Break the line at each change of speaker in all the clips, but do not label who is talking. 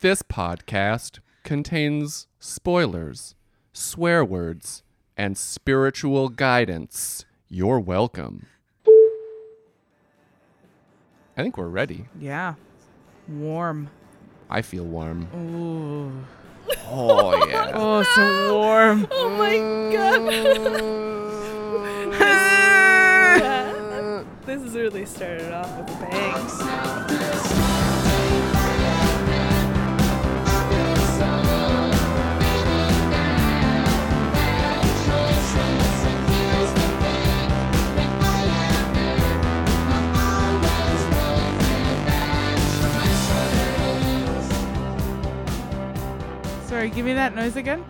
This podcast contains spoilers, swear words, and spiritual guidance. You're welcome. I think we're ready.
Yeah. Warm.
I feel warm.
Ooh.
Oh, yeah.
Oh, so warm.
Oh my god. Yeah. this has really started off with a bang.
Sorry, give me that noise again.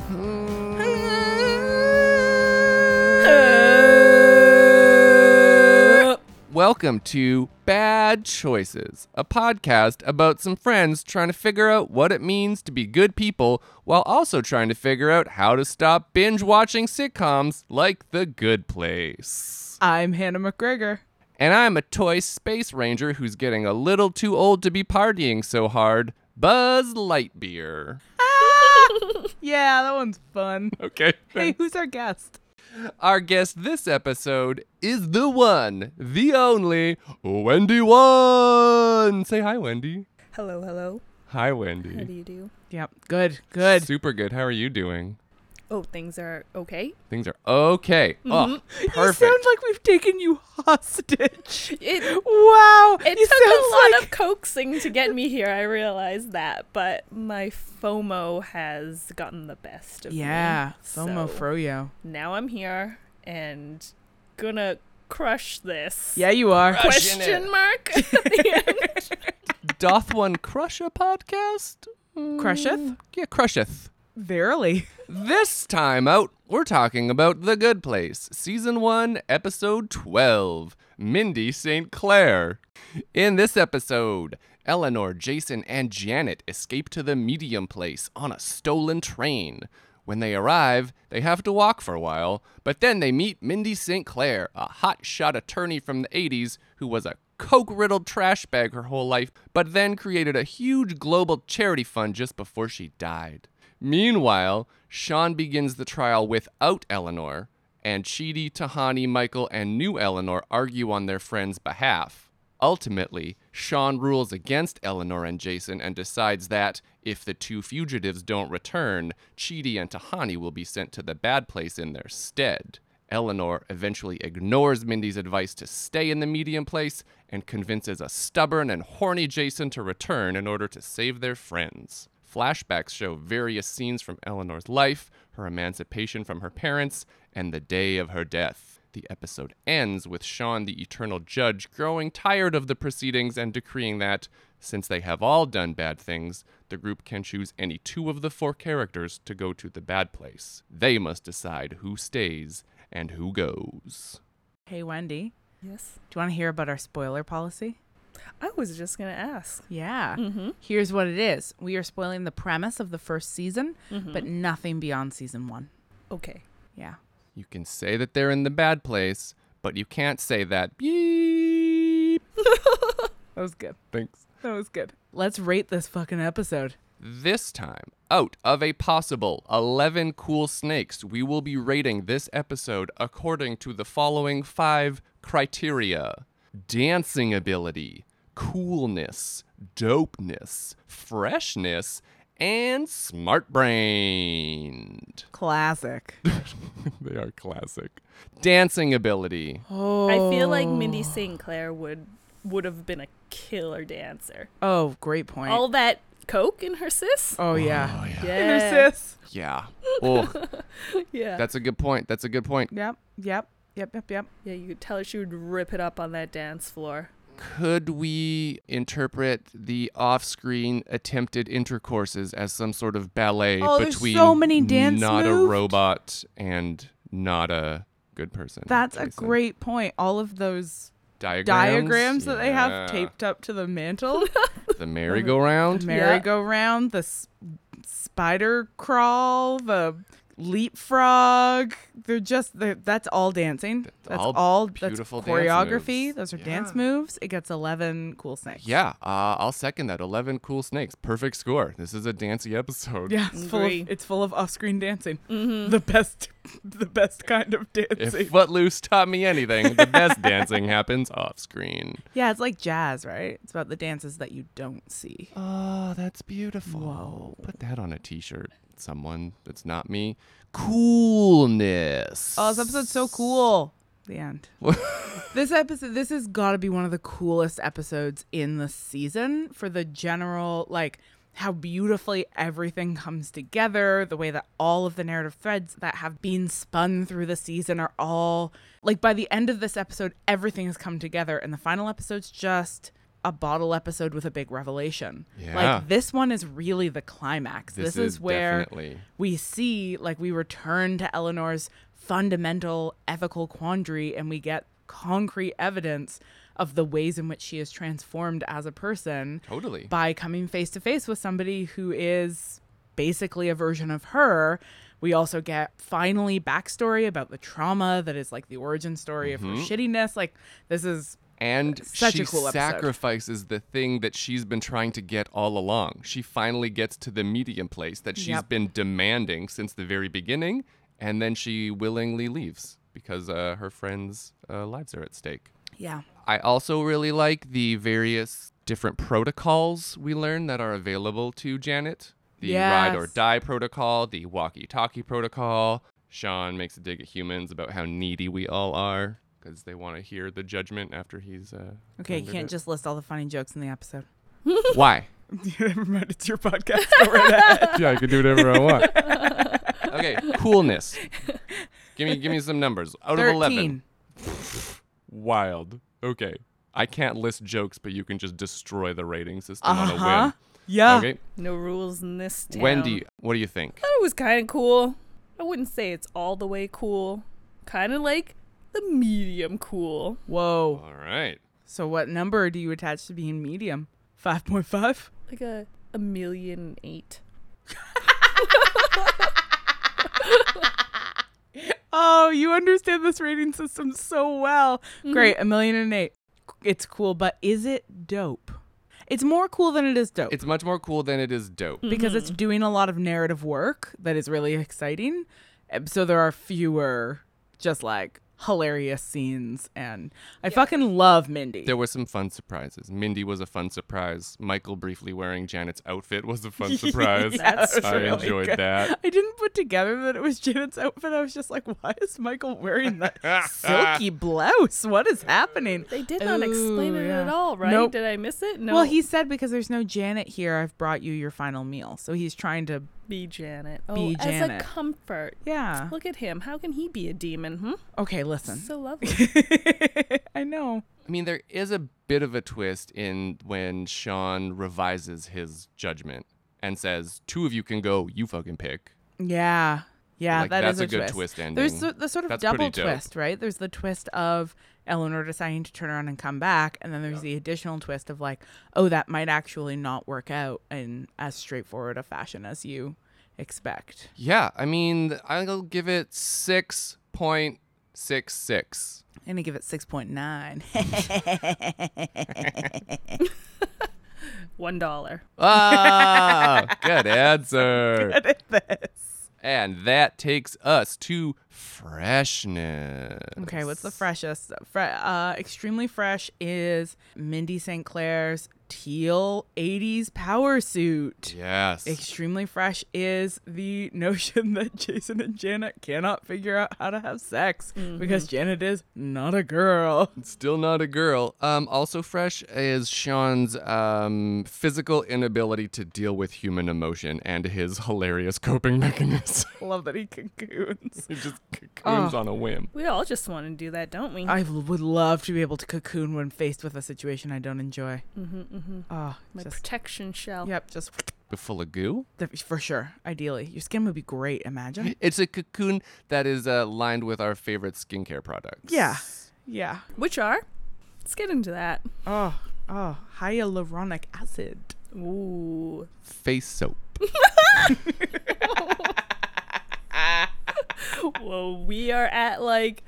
Welcome to Bad Choices, a podcast about some friends trying to figure out what it means to be good people while also trying to figure out how to stop binge watching sitcoms like The Good Place.
I'm Hannah McGregor.
And I'm a toy space ranger who's getting a little too old to be partying so hard. Buzz Lightbeer.
Yeah, that one's fun.
Okay.
Hey, who's our guest?
Our guest this episode is the one, the only, Wendy One. Say hi, Wendy.
hello, hello.
Hi,
Mm.
How do
Wendy.
you do?
Yep. Good. Good.
Super good. How are you doing?
Oh, things are okay.
Things are okay. Oh,
You
perfect.
sound like we've taken you hostage.
It
Wow.
it
you
took a
sounds
lot
like
of coaxing to get me here. I realize that, but my FOMO has gotten the best of me.
Yeah. FOMO
So-
Froyo.
Now I'm here and gonna crush this.
Yeah, you are.
Crushing
Question
it.
mark at the end.
Doth one crush a podcast? Mm,
Crusheth?
Yeah, crusheth.
Verily.
This time out, we're talking about The Good Place, Season 1, Episode 12 Mindy St. Clair. In this episode, Eleanor, Jason, and Janet escape to the medium place on a stolen train. When they arrive, they have to walk for a while, but then they meet Mindy St. Clair, a hotshot attorney from the 80s who was a coke riddled trash bag her whole life, but then created a huge global charity fund just before she died. Meanwhile, Sean begins the trial without Eleanor, and Chidi, Tahani, Michael, and new Eleanor argue on their friend's behalf. Ultimately, Sean rules against Eleanor and Jason and decides that, if the two fugitives don't return, Chidi and Tahani will be sent to the bad place in their stead. Eleanor eventually ignores Mindy's advice to stay in the medium place and convinces a stubborn and horny Jason to return in order to save their friends. Flashbacks show various scenes from Eleanor's life, her emancipation from her parents, and the day of her death. The episode ends with Sean the Eternal Judge growing tired of the proceedings and decreeing that, since they have all done bad things, the group can choose any two of the four characters to go to the bad place. They must decide who stays and who goes.
Hey, Wendy.
yes.
Do you want to hear about our spoiler policy?
I was just gonna ask.
Yeah.
Mm-hmm.
Here's what it is we are spoiling the premise of the first season,
Mm-hmm.
but nothing beyond season one.
Okay.
Yeah.
You can say that they're in the bad place, but you can't say that. Beep.
That was good.
Thanks.
That was good. Let's rate this fucking episode.
This time, out of a possible 11 cool snakes, we will be rating this episode according to the following five criteria dancing ability, coolness, dopeness, freshness, and smart brained.
Classic.
they are classic. Dancing ability.
Oh.
I feel like Mindy St. Clair would would have been a killer dancer.
Oh, great point.
All that coke in her sis?
oh, yeah.
Yeah.
sis.
Yeah. Oh,
Yeah.
that's a good point. That's a good point.
Yep. Yep. Yep. Yep. Yep.
yeah, you could tell she would rip it up on that dance floor.
Could we interpret the off-screen attempted intercourses as some sort of ballet
Oh, there's
between
so many dance
not a
moves.
robot and not a good person?
That's a
Jason?
great point. All of those
diagrams,
diagrams that they
Yeah.
have taped up to the mantle
The
the
merry-go-round.
merry-go-round, the s- spider crawl, the leapfrog. They're just they're, that's all dancing. That's
all
all, that's
beautiful dance
choreography.
moves.
Those are
Yeah.
dance moves. It gets eleven cool snakes.
Yeah, uh, I'll second that. 11 cool snakes. Perfect score. This is a dancey episode.
Yeah, it's full,
Agree.
of, it's full of off-screen dancing. The best, the best kind of dancing.
If Footloose taught me anything, the best dancing happens off screen.
yeah, it's like jazz, right? It's about the dances that you don't see.
Oh, that's beautiful. Put that on a t shirt. Someone that's not me. Coolness.
Oh, this episode's so cool. The end. this episode, this has got to be one of the coolest episodes in the season for the general, like, how beautifully everything comes together, the way that all of the narrative threads that have been spun through the season are all, like, by the end of this episode, everything has come together, and the final episode's just a bottle episode with a big revelation.
Yeah.
Like, this one is really the climax. This, is, where
definitely.
we see like we return to Eleanor's fundamental ethical quandary and we get concrete evidence of the ways in which she is transformed as a person
Totally.
by coming face to face with somebody who is basically a version of her. We also get finally backstory about the trauma that is like the origin story of her shittiness. Like this is
and
Such a
she
cool episode.
sacrifices the thing that she's been trying to get all along. She finally gets to the medium place that she's
Yep.
been demanding since the very beginning, and then she willingly leaves because uh, her friends' uh, lives are at stake.
yeah.
I also really like the various different protocols we learn that are available to Janet. The ride or
Yes.
die protocol, the walkie talkie protocol. Sean makes a dig at humans about how needy we all are because they want to hear the judgment after he's. Uh,
Okay, you
rendered
can't
it.
just list all the funny jokes in the episode.
Why?
Never mind, it's your podcast. Go right ahead.
yeah, I can do whatever I want. okay, coolness. Give me, give me some numbers. Out of eleven,
Thirteen.
wild. Okay, I can't list jokes, but you can just destroy the rating system
Uh
on a
huh.
whim.
Yeah.
Okay,
No rules in this town.
Wendy, what do you think?
thought it was kind of cool. I wouldn't say it's all the way cool. Kind of like the medium cool.
Whoa.
All right.
So what number do you attach to being medium? 5.5?
Like a, a million eight.
Oh, you understand this rating system so well. Great, a million and eight. It's cool, but is it dope? It's more cool than it is dope
It's much more cool than it is dope.
because it's doing a lot of narrative work that is really exciting. Um, So there are fewer just like hilarious scenes and I fucking love Mindy.
There were some fun surprises. Mindy was a fun surprise. Michael briefly wearing Janet's outfit was a fun surprise.
That's
I
really
enjoyed
good.
that.
I didn't put together that it was Janet's outfit. I was just like, why is Michael wearing that silky blouse? What is happening?
They did not explain
Ooh,
it
yeah.
at all, right?
Nope.
Did I miss it? No.
Well, he said because there's no Janet here, I've brought you your final meal. So he's trying to,
be Janet. Oh,
Be Janet.
as a comfort.
yeah.
Look at him. How can he be a demon? Hmm?
Okay, listen.
So lovely.
I know.
I mean, there is a bit of a twist in when Sean revises his judgment and says, two of you can go, you fucking pick.
Yeah. Yeah,
Like,
that
that's
is
a good
twist.
twist ending.
There's the, the sort of
That's pretty
double
dope.
twist, right? There's the twist of Eleanor deciding to turn around and come back, and then there's the additional twist of like, oh, that might actually not work out in as straightforward a fashion as you expect.
Yeah, I mean, I'll give it 6.66.
I'm gonna give it six point nine.
One dollar.
Ah, good answer. And that takes us to freshness.
okay, what's the freshest? Fre- uh, extremely fresh is Mindy St. Clair's teal '80s power suit.
Yes.
Extremely fresh is the notion that Jason and Janet cannot figure out how to have sex
Mm-hmm.
because Janet is not a girl.
Still not a girl. Um, also fresh is Sean's um, physical inability to deal with human emotion and his hilarious coping mechanism.
Love that he cocoons.
he just cocoons on a whim.
We all just want to do that, don't we?
I l- would love to be able to cocoon when faced with a situation I don't enjoy. Mm-hmm, Oh,
My
just,
protection shell.
yep, just
But full of goo?
th- for sure. Ideally, your skin would be great. Imagine.
It's a cocoon that is uh, lined with our favorite skincare products.
Yeah, yeah.
Which are? Let's get into that.
Oh, oh, hyaluronic acid.
Ooh.
Face soap.
well, we are at like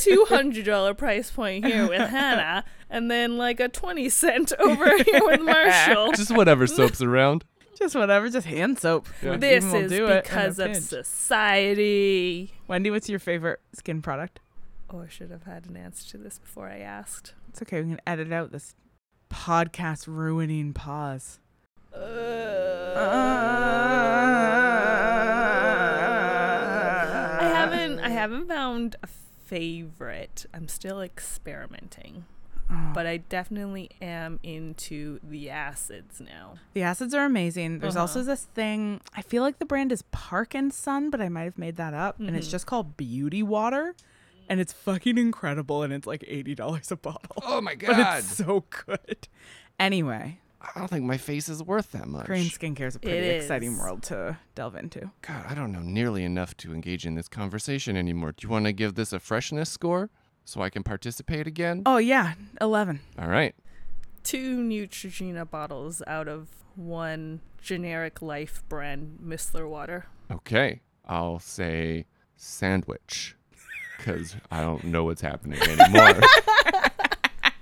two hundred dollar price point here with Hannah, and then like a twenty cent over here with Marshall.
Just whatever soap's around.
Just whatever, just hand soap.
Yeah.
Even
This
will
is
do it in a
because of
pinch.
society.
Wendy, what's your favorite skin product?
Oh, I should have had an answer to this before I asked.
It's okay, we can edit out this podcast ruining pause. Uh.
I haven't. I haven't found a favorite. I'm still experimenting,
Oh.
but I definitely am into the acids now.
The acids are amazing. There's also
Uh-huh.
this thing. I feel like the brand is Park and Son, but I might have made that up. And it's
Mhm.
just called Beauty Water, and it's fucking incredible. And it's like eighty dollars a bottle,
Oh my
but
god!
it's so good. Anyway,
I don't think my face is worth that much.
Korean skincare is a pretty
It
exciting
is.
world to delve into.
God, I don't know nearly enough to engage in this conversation anymore. Do you want to give this a freshness score so I can participate again?
Oh yeah, eleven.
All right.
Two Neutrogena bottles out of one generic Life brand Mistler water.
Okay. I'll say sandwich because I don't know what's happening anymore.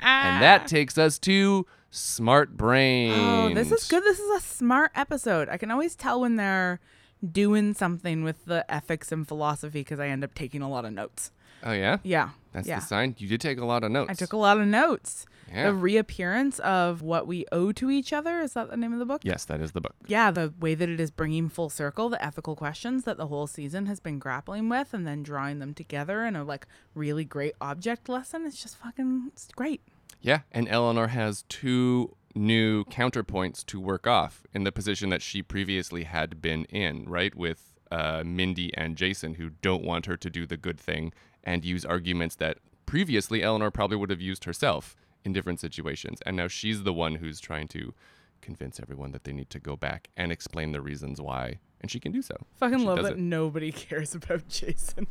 and that takes us to smart brain.
Oh, this is good. This is a smart episode. I can always tell when they're doing something with the ethics and philosophy because I end up taking a lot of notes.
Oh yeah,
Yeah,
that's
yeah.
the sign. You did take a lot of notes.
I took a lot of notes.
Yeah.
The reappearance of what we owe to each other is that the name of the book?
yes, that is the book.
Yeah, the way that it is bringing full circle the ethical questions that the whole season has been grappling with and then drawing them together in a like really great object lesson. It's just fucking it's great.
Yeah, and Eleanor has two new counterpoints to work off in the position that she previously had been in, right? With uh, Mindy and Jason, who don't want her to do the good thing and use arguments that previously Eleanor probably would have used herself in different situations. And now she's the one who's trying to convince everyone that they need to go back and explain the reasons why. And she can do so.
Fucking
She
love
does
that
it.
nobody cares about Jason.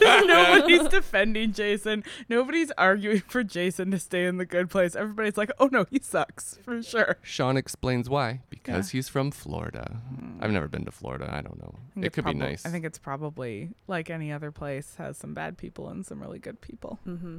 Nobody's defending Jason. Nobody's arguing for Jason to stay in the good place. Everybody's like, oh no, he sucks for sure.
Sean explains why because he's from Florida. I've never been to Florida. I don't know.
think
It
it's
could be
proba-
nice.
I think it's probably like any other place has some bad people and some really good people.
Mm-hmm.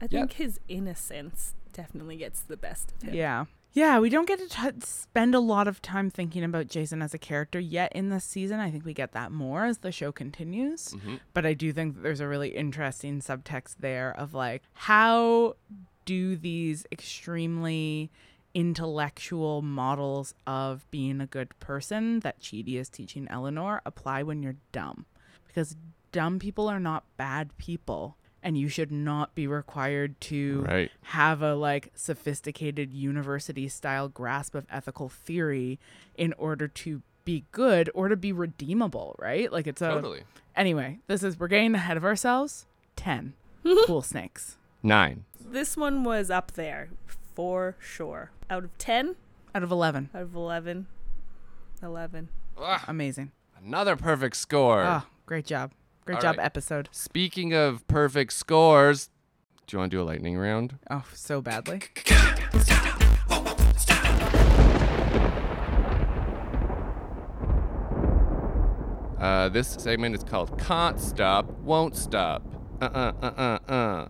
I
Yeah.
think his innocence definitely gets the best of him.
Yeah. Yeah, we don't get to t- spend a lot of time thinking about Jason as a character yet in this season. I think we get that more as the show continues.
Mhm.
But I do think that there's a really interesting subtext there of like, how do these extremely intellectual models of being a good person that Chidi is teaching Eleanor apply when you're dumb? Because dumb people are not bad people, and you should not be required to
Right.
have a like sophisticated university style grasp of ethical theory in order to be good or to be redeemable, right? Like it's a
Totally.
anyway, this is we're getting ahead of ourselves. Ten. cool snakes.
Nine.
This one was up there for sure. Out of 10,
Out of eleven.
out of 11, 11.
Ah.
Amazing.
Another perfect score.
Ah, great job. Great
All
job,
right.
episode.
Speaking of perfect scores, do you want to do a lightning round?
Oh, so badly.
Uh, this segment is called Can't Stop, Won't Stop. Uh uh uh uh uh.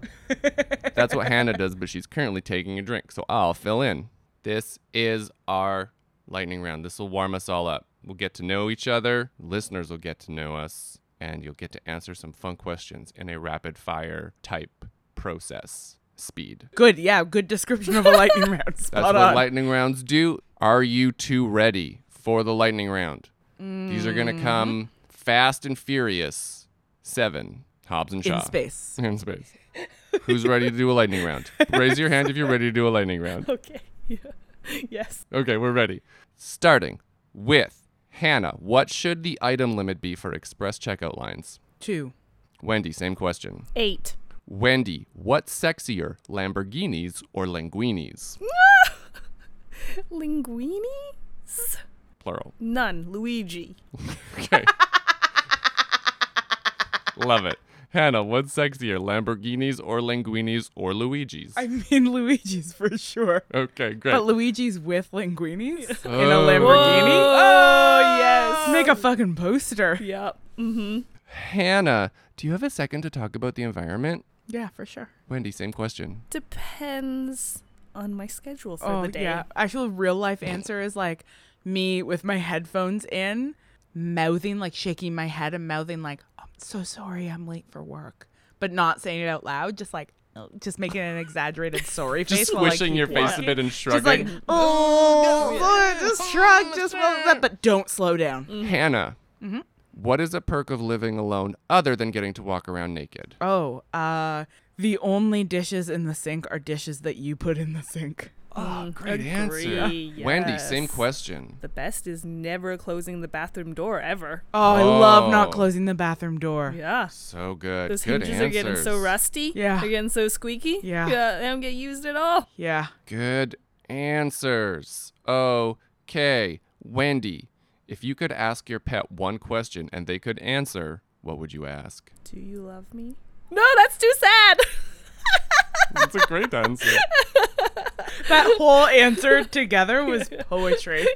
That's what Hannah does, but she's currently taking a drink, so I'll fill in. This is our lightning round. This will warm us all up. We'll get to know each other, listeners will get to know us, and you'll get to answer some fun questions in a rapid fire type process speed.
Good, yeah, good description of a lightning round.
That's
Spot
what
on.
lightning rounds do. Are you two ready for the lightning round? These are going to
Mm-hmm.
come fast and furious. Seven. Hobbs and Shaw.
in space.
In space. Who's ready to do a lightning round? Raise your hand if you're ready to do a lightning round.
Okay. Yeah. Yes.
Okay, we're ready. Starting with Hannah. What should the item limit be for express checkout lines?
Two.
Wendy, same question.
8.
Wendy, what's sexier, Lamborghinis or linguinis?
Linguinis?
Plural.
None. Luigi.
Okay. Love it. Hannah, what's sexier, Lamborghinis or Linguinis or Luigi's?
I mean Luigi's for sure.
okay, great.
But Luigi's with linguinis in a
Oh.
Lamborghini. Oh,
Whoa.
Make a fucking poster.
Yep. Mm-hmm.
Hannah, do you have a second to talk about the environment?
Yeah, for sure.
Wendy, same question.
Depends on my schedule for
Oh
the day.
yeah. Actual real life answer is like me with my headphones in, mouthing like shaking my head and mouthing like I'm so sorry I'm late for work, but not saying it out loud, just like oh, just making an exaggerated sorry face.
Just
while I
swishing
keep
your face a
walking.
bit and
Just
shrugging.
like oh, Lord, just shrug, just roll Oh, that, but don't slow down.
Hannah,
Mm-hmm.
what is a perk of living alone other than getting to walk around naked?
Oh, uh, the only dishes in the sink are dishes that you put in the sink.
Oh,
great Mm, agree, answer. yes.
Wendy, same question.
The best is never closing the bathroom door ever.
Oh, I love
Oh.
not closing the bathroom door.
Yeah.
So good.
Those
good
hinges
answers.
are getting so rusty.
Yeah.
They're getting so squeaky.
Yeah.
Yeah. They don't get used at all.
Yeah.
Good answers. Okay, Wendy, if you could ask your pet one question and they could answer, what would you ask?
Do you love me? No, that's too sad.
That's a great answer.
That whole answer together was poetry.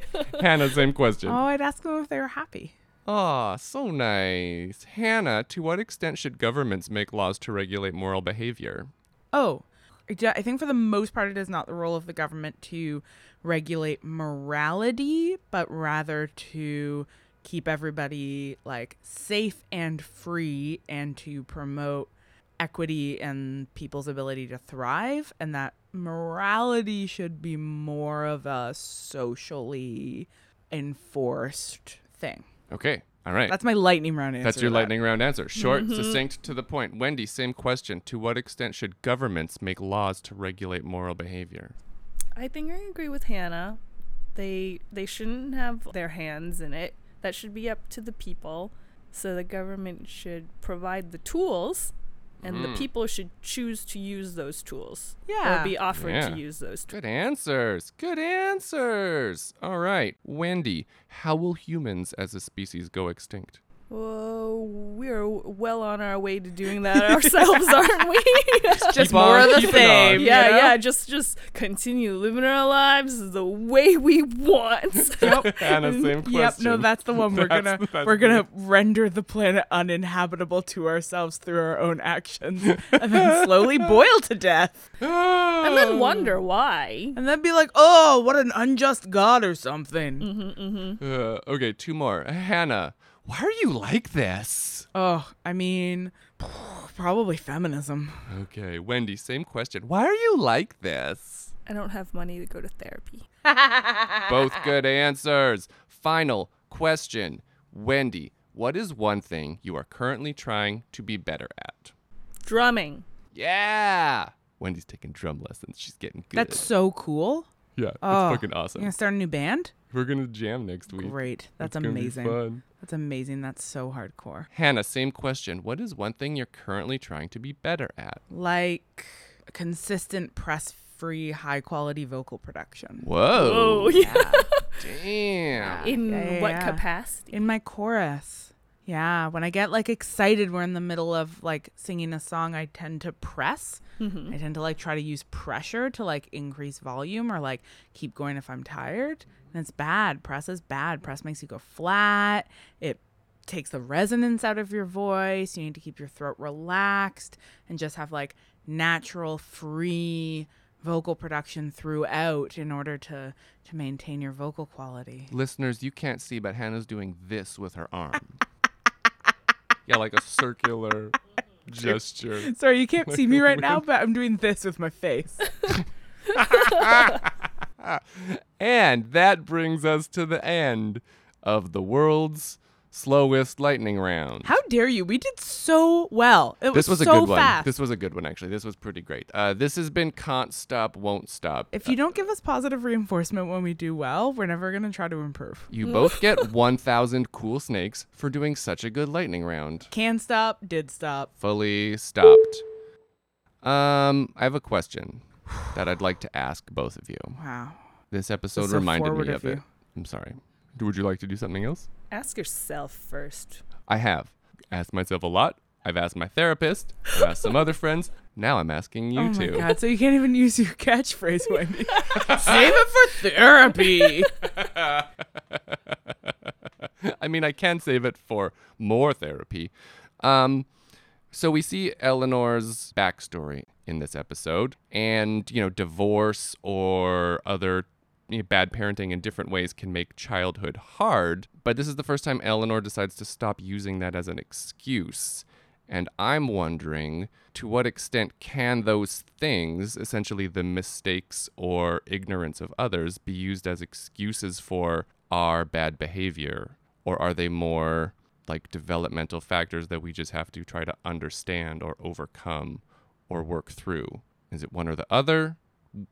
Hannah, same question.
Oh, I'd ask them if they were happy.
Aw, so nice. Hannah, to what extent should governments make laws to regulate moral behavior?
Oh, I ju- I think for the most part, it is not the role of the government to regulate morality, but rather to keep everybody like safe and free and to promote equity and people's ability to thrive and that morality should be more of a socially enforced thing.
Okay, all right.
That's my lightning round answer.
That's
to
your
that. Mm-hmm.
lightning round answer. Short, succinct, to the point. Wendy, same question. To what extent should governments make laws to regulate moral behavior?
I think I agree with Hannah. They they shouldn't have their hands in it. That should be up to the people. So the government should provide the tools and
Mm.
the people should choose to use those tools.
Yeah.
Or be offered
Yeah.
to use those tools.
Good answers. Good answers. All right. Wendy, how will humans as a species go extinct?
Whoa, we're w- well on our way to doing that ourselves, aren't we?
Just
Keep
more
on
of the
keeping on.
same. you
yeah,
know?
yeah, just just continue living our lives the way we want.
Hannah, same question.
Mm-hmm. Yep, no, that's the one we're
That's-
gonna
that's-
we're gonna render the planet uninhabitable to ourselves through our own actions, and then slowly boil to death,
and then wonder why.
and then be like, "Oh, what an unjust god" or something.
Uh, okay, two more. Hannah, why are you like this?
Oh, I mean, probably feminism.
Okay, Wendy, same question. Why are you like this?
I don't have money to go to therapy.
Both good answers. Final question. Wendy, what is one thing you are currently trying to be better at?
Drumming.
Yeah. Wendy's taking drum lessons. She's getting good.
That's so cool.
yeah, it's
Oh,
fucking awesome.
You gonna start a new band?
We're gonna jam next week.
Great. That's
It's gonna be
amazing.
fun.
That's amazing. That's so hardcore.
Hannah, same question. What is one thing you're currently trying to be better at?
Like consistent press-free, high-quality vocal production.
Whoa.
Oh, yeah.
Damn.
In
Yeah,
what
yeah.
capacity?
in my chorus. Yeah, when I get like excited, we're in the middle of like singing a song. I tend to press. I tend to like try to use pressure to like increase volume or like keep going if I'm tired. And it's bad. Press is bad. Press makes you go flat. It takes the resonance out of your voice. You need to keep your throat relaxed and just have like natural, free vocal production throughout in order to to maintain your vocal quality.
Listeners, you can't see, but Hannah's doing this with her arm. yeah, like a circular gesture.
Sorry, you can't see me right now, but I'm doing this with my face.
And that brings us to the end of the world's slowest lightning round.
How dare you? We did so well. It
this was
was,
a
so
good one.
fast.
This was a good one, actually. This was pretty great. Uh, this has been Can't Stop, Won't Stop.
if you don't give us positive reinforcement when we do well, we're never going to try to improve.
You both get 1,000 cool snakes for doing such a good lightning round.
Can stop, did stop.
Fully stopped. Um, I have a question that I'd like to ask both of you.
Wow.
This episode
so
reminded
forward
me
of
of it.
you.
I'm sorry. Would you like to do something else?
Ask yourself first.
I have asked myself a lot. I've asked my therapist. I've asked some other friends. Now I'm asking you
oh
two.
my god. So you can't even use your catchphrase, Wendy. Save it for therapy.
I mean, I can save it for more therapy. Um, so we see Eleanor's backstory in this episode, and you know, divorce or other you know, bad parenting in different ways can make childhood hard. But this is the first time Eleanor decides to stop using that as an excuse. And I'm wondering to what extent can those things, essentially the mistakes or ignorance of others, be used as excuses for our bad behavior? Or are they more like developmental factors that we just have to try to understand or overcome or work through? Is it one or the other?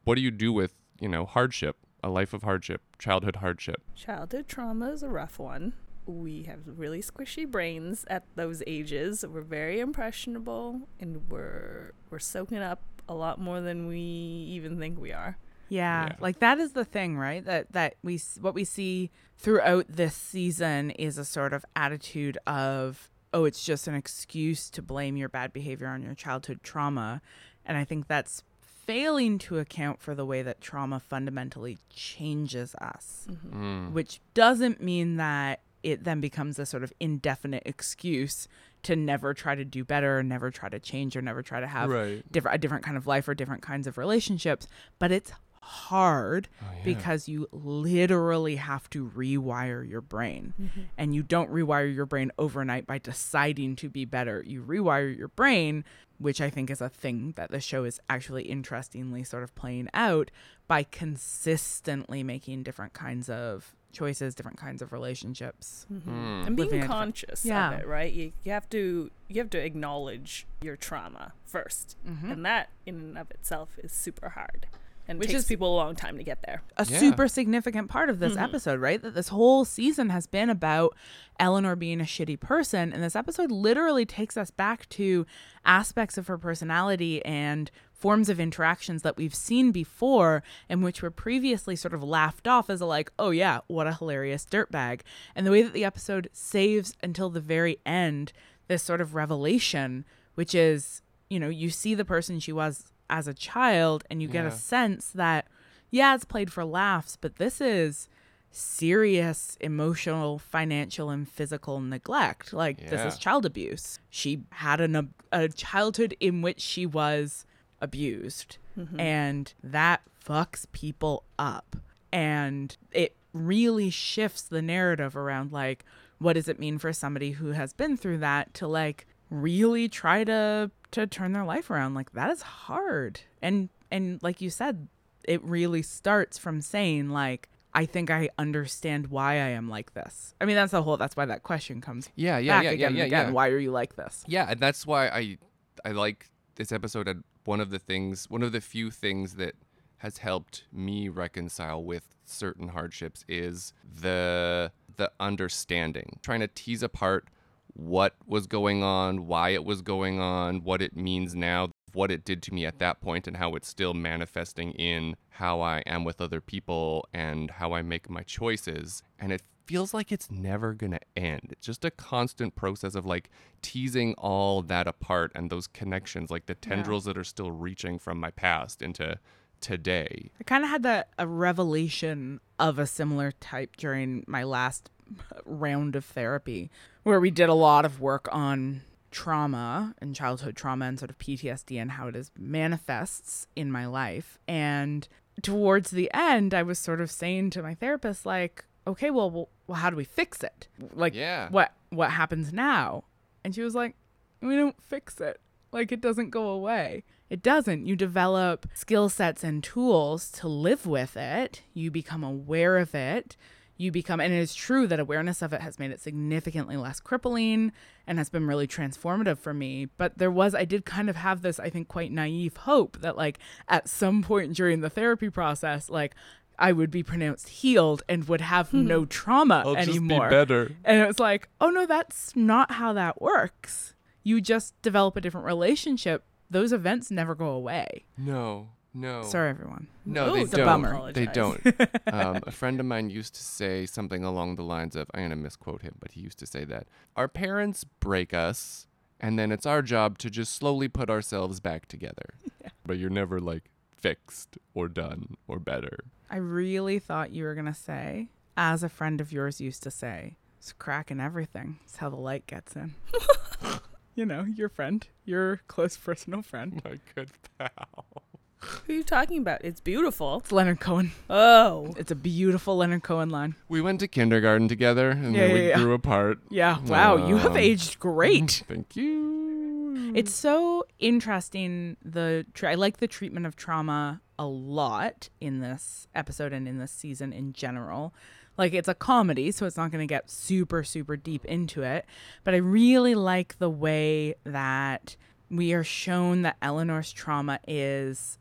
What do you do with, you know, hardship, a life of hardship, childhood hardship?
Childhood trauma is a rough one. We have really squishy brains at those ages. We're very impressionable and we're we're soaking up a lot more than we even think we are.
Yeah,
Yeah.
like that is the thing, right? That that we s- what we see throughout this season is a sort of attitude of oh, it's just an excuse to blame your bad behavior on your childhood trauma, and I think that's failing to account for the way that trauma fundamentally changes us,
Mm-hmm.
which doesn't mean that it then becomes a sort of indefinite excuse to never try to do better, or never try to change, or never try to have
Right.
different a different kind of life or different kinds of relationships but it's hard
Oh,
because you literally have to rewire your brain and you don't rewire your brain overnight by deciding to be better you rewire your brain which i think is a thing that the show is actually interestingly sort of playing out by consistently making different kinds of choices different kinds of relationships
Mm.
and
Living
being
in-
conscious
Yeah.
of it right you, you have to you have to acknowledge your trauma 1st and that in and of itself is super hard and
Mm-hmm. Which
takes
is-
people a long time to get there
a
Yeah.
super significant part of this episode, right? That this whole season has been about Eleanor being a shitty person. And this episode literally takes us back to aspects of her personality and forms of interactions that we've seen before and which were previously sort of laughed off as a like, oh yeah, what a hilarious dirtbag. And the way that the episode saves until the very end this sort of revelation, which is, you know, you see the person she was as a child and you get
Yeah.
a sense that yeah, it's played for laughs, but this is serious emotional, financial, and physical neglect. Like,
Yeah.
this is child abuse. She had an, ab- a childhood in which she was abused, and that fucks people up. And it really shifts the narrative around, like, what does it mean for somebody who has been through that to, like, really try to to turn their life around like that is hard and and like you said it really starts from saying like I think I understand why I am like this. I mean, that's the whole. That's why that question comes
Yeah, yeah,
back
yeah, yeah,
again
yeah,
and again.
yeah.
Why are you like this?
Yeah, and that's why I I like this episode and one of the things one of the few things that has helped me reconcile with certain hardships is the the understanding. Trying to tease apart what was going on, why it was going on, what it means now, what it did to me at that point and how it's still manifesting in how I am with other people and how I make my choices. And it feels like it's never going to end. It's just a constant process of like teasing all that apart and those connections, like the tendrils that are still reaching from my past into today.
I kind of had that a revelation of a similar type during my last round of therapy, where we did a lot of work on trauma and childhood trauma and sort of PTSD and how it is manifests in my life. And towards the end, I was sort of saying to my therapist, like, okay, well, well, well how do we fix it? Like,
Yeah.
what what happens now? And she was like, we don't fix it. Like it doesn't go away. It doesn't. You develop skill sets and tools to live with it. You become aware of it. You become, and it is true that awareness of it has made it significantly less crippling and has been really transformative for me. But there was, I did kind of have this, I think, quite naive hope that, like, at some point during the therapy process, like, I would be pronounced healed and would have no trauma anymore.
better.
And it was like, oh no, that's not how that works. You just develop a different relationship. Those events never go away.
No, no.
Sorry, everyone.
Oh. No,
Ooh,
they
it's a
don't.
bummer.
They
Apologize.
don't. um, a friend of mine used to say something along the lines of, I'm going to misquote him, but he used to say that our parents break us, and then it's our job to just slowly put ourselves back together. But you're never like fixed or done or better.
I really thought you were going to say, as a friend of yours used to say, it's cracking everything. It's how the light gets in. you know, your friend, your close personal friend.
My good pal.
Who are you talking about? It's beautiful.
It's Leonard Cohen.
Oh.
It's a beautiful Leonard Cohen line.
We went to kindergarten together and then
Yeah,
we
yeah, yeah.
grew apart.
Yeah. Wow, you have
Um,
aged great.
Thank you.
It's so interesting. The tra- I like the treatment of trauma a lot in this episode and in this season in general. Like it's a comedy, so it's not going to get super super deep into it. But I really like the way that we are shown that Eleanor's trauma is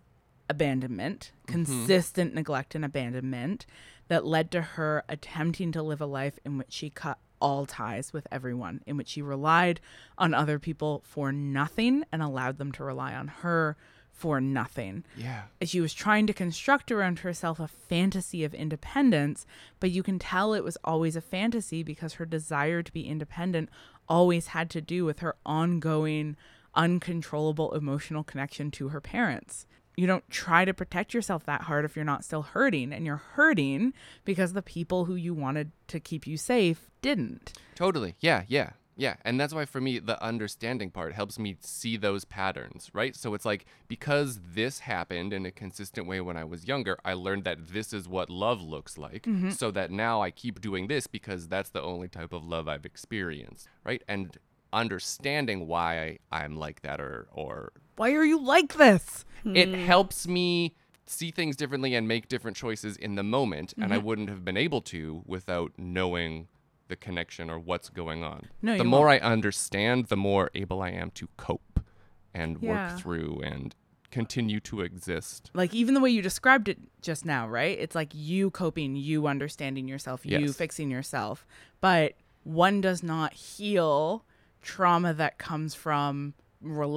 abandonment, consistent neglect and abandonment that led to her attempting to live a life in which she cut all ties with everyone, in which she relied on other people for nothing and allowed them to rely on her for nothing.
yeah.
She was trying to construct around herself a fantasy of independence, but you can tell it was always a fantasy because her desire to be independent always had to do with her ongoing, uncontrollable emotional connection to her parents. You don't try to protect yourself that hard if you're not still hurting, and you're hurting because the people who you wanted to keep you safe didn't.
Totally. Yeah, yeah, yeah. And that's why for me, the understanding part helps me see those patterns, right? So it's like because this happened in a consistent way when I was younger, I learned that this is what love looks like. So that now I keep doing this because that's the only type of love I've experienced, right? And understanding why I'm like that or or
Why are you like this?
it helps me see things differently and make different choices in the moment and i
Mm-hmm.
wouldn't have been able to without knowing the connection or what's going on
No,
the
you
more i understand the more able i am to cope and
Yeah.
work through and continue to exist
like even the way you described it just now, right? It's like you coping, you understanding yourself, you
Yes.
fixing yourself. But one does not heal trauma that comes from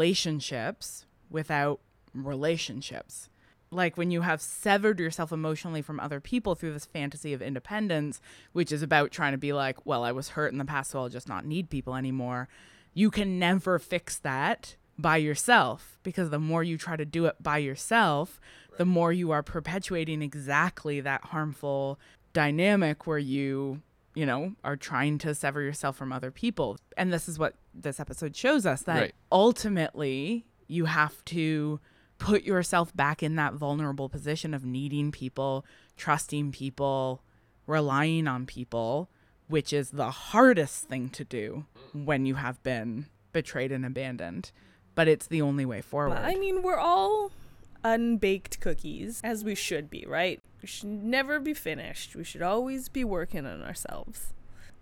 relationships without relationships. Like when you have severed yourself emotionally from other people through this fantasy of independence, which is about trying to be like, well, I was hurt in the past, so I'll just not need people anymore. You can never fix that by yourself because the more you try to do it by yourself, the more you are perpetuating exactly that harmful dynamic where you, you know, are trying to sever yourself from other people. And this is what this episode shows us that
Right.
ultimately you have to put yourself back in that vulnerable position of needing people, trusting people, relying on people, which is the hardest thing to do when you have been betrayed and abandoned. But it's the only way forward.
I mean, we're all unbaked cookies, as we should be, right? We should never be finished. We should always be working on ourselves.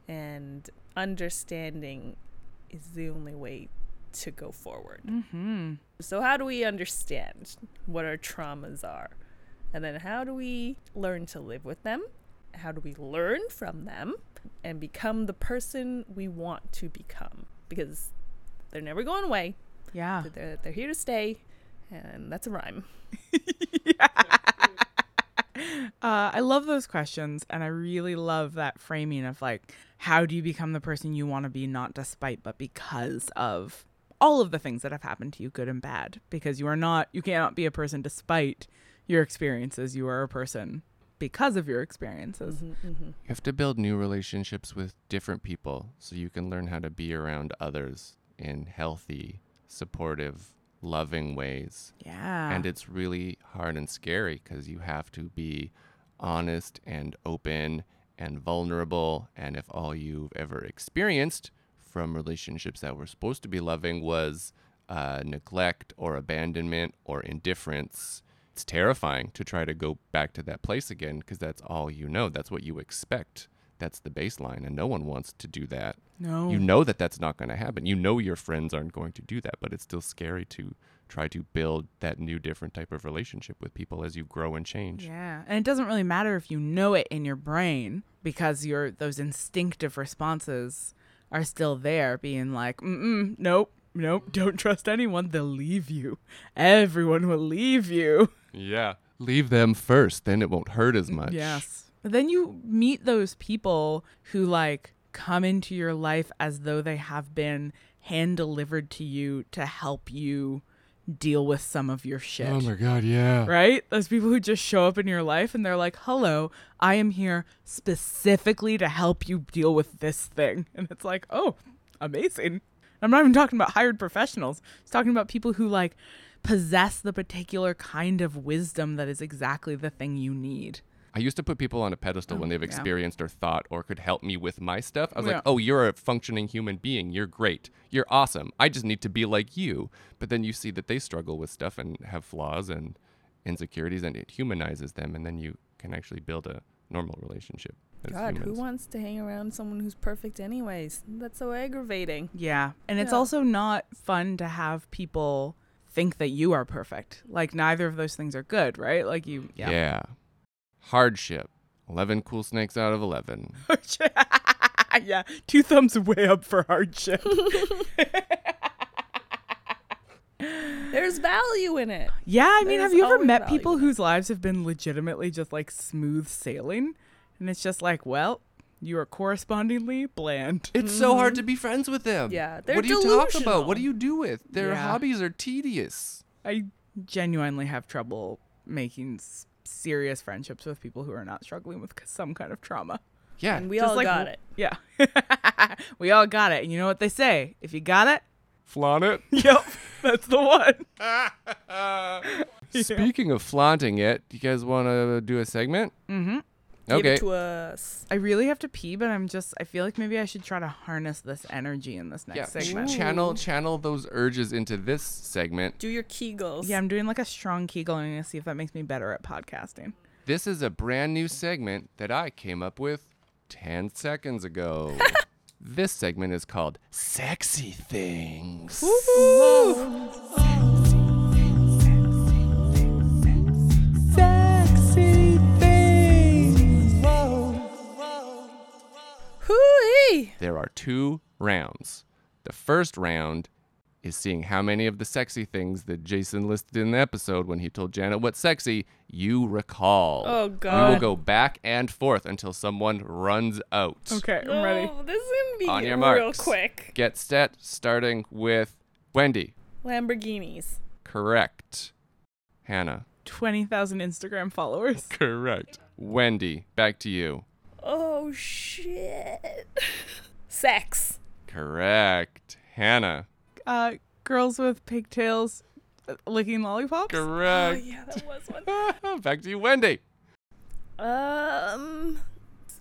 And understanding is the only way to go forward.
hmm
So, how do we understand what our traumas are? And then, how do we learn to live with them? How do we learn from them and become the person we want to become? Because they're never going away,
Yeah.
they're, they're here to stay. And that's a rhyme.
Uh, I love those questions, and I really love that framing of like, how do you become the person you want to be, not despite, but because of all of the things that have happened to you, good and bad. Because you are not, you cannot be a person despite your experiences. You are a person because of your experiences.
Mm-hmm. you have to build new relationships with different people so you can learn how to be around others in healthy supportive loving ways
Yeah.
and it's really hard and scary because you have to be honest and open and vulnerable and if all you've ever experienced from relationships that were supposed to be loving was uh, neglect or abandonment or indifference it's terrifying to try to go back to that place again because that's all you know that's what you expect that's the baseline and no one wants to do that
no.
you know that that's not going to happen. You know your friends aren't going to do that, but it's still scary to try to build that new, different type of relationship with people as you grow and change.
Yeah. And it doesn't really matter if you know it in your brain because your those instinctive responses are still there being like, "Mm, nope, nope, don't trust anyone. They'll leave you. Everyone will leave you."
Yeah. Leave them first, then it won't hurt as much. Oh
Yes. But then you meet those people who like come into your life as though they have been hand delivered to you to help you deal with some of your shit.
God, yeah.
right? Those people who just show up in your life and they're like, hello, I am here specifically to help you deal with this thing. And it's like, oh, amazing. I'm not even talking about hired professionals. It's talking about people who like possess the particular kind of wisdom that is exactly the thing you need.
I used to put people on a pedestal
Oh,
when they've
yeah.
experienced or thought or could help me with my stuff. I was
Yeah.
like, oh, you're a functioning human being. You're great. You're awesome. I just need to be like you. But then you see that they struggle with stuff and have flaws and insecurities, and it humanizes them. And then you can actually build a normal relationship. as
God, who
humans.
wants to hang around someone who's perfect anyways? That's so aggravating.
Yeah. And it's
Yeah.
also not fun to have people think that you are perfect. Like neither of those things are good, right? Like you
yeah. Hardship 11 cool snakes out of 11.
yeah. Two thumbs way up for hardship.
There's value in it.
yeah, I mean,
There's
have you ever
always
met
value
people
in
whose lives have been legitimately just like smooth sailing? And it's just like, well, you are correspondingly bland.
It's so hard to be friends with them.
Yeah, they're
What do you talk about?
delusional.
What do you do with? Their
Yeah.
hobbies are tedious.
I genuinely have trouble making s- serious friendships with people who are not struggling with c- some kind of trauma.
Yeah.
And we
Just
all
like
got
w-
it.
Yeah. we all got it. And you know what they say? If you got it,
Flaunt it.
yep, that's the one.
Speaking of flaunting it, do you guys want to do a segment? Mm-hmm.
Give
Okay.
it to us.
I really have to pee, but I'm just, I feel like maybe I should try to harness this energy in this next
yeah.
segment.
Channel channel those urges into this segment.
Do your Kegels.
Yeah, I'm doing like a strong Kegel, and I'm gonna see if that makes me better at podcasting.
This is a brand new segment that I came up with 10 seconds ago. this segment is called Sexy Things.
Sexy things.
Hooey!
There are two rounds. The first round is seeing how many of the sexy things that Jason listed in the episode when he told Janet what's sexy you recall.
Oh,
You will
God.
go back and forth until someone runs out.
Okay, I'm ready.
Oh, this is gonna be
On your
real
marks.
quick.
Get set, starting with Wendy.
Lamborghinis.
Correct. Hannah.
Twenty thousand Instagram followers.
Correct. Wendy, back to you.
Oh shit. Sex.
Correct. Hannah.
Oh,
Uh, girls with pigtails uh, licking lollipops.
Oh
Correct.
yeah, that was one.
back to you, Wendy.
Um,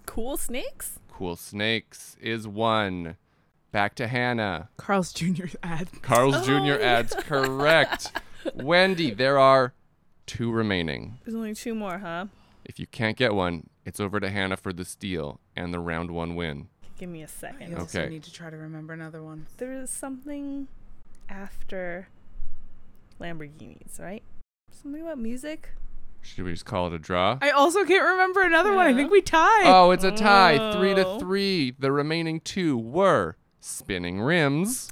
cool snakes.
Cool Snakes is one. Back to Hannah.
Carl's Jr. ad.
Carl's Jr. adds correct. Wendy, there are two remaining.
There's only two more, huh?
If you can't get one, it's over to Hannah for the steal and the round one win.
Give me a
I
second.
also
Okay.
need to try to remember another one.
There is something after Lamborghinis, right? Something about music.
Should we just call it a draw?
I also can't remember another one. I
Yeah.
think we tied.
Oh, it's a tie. Three to
Oh.
three. The remaining two were spinning rims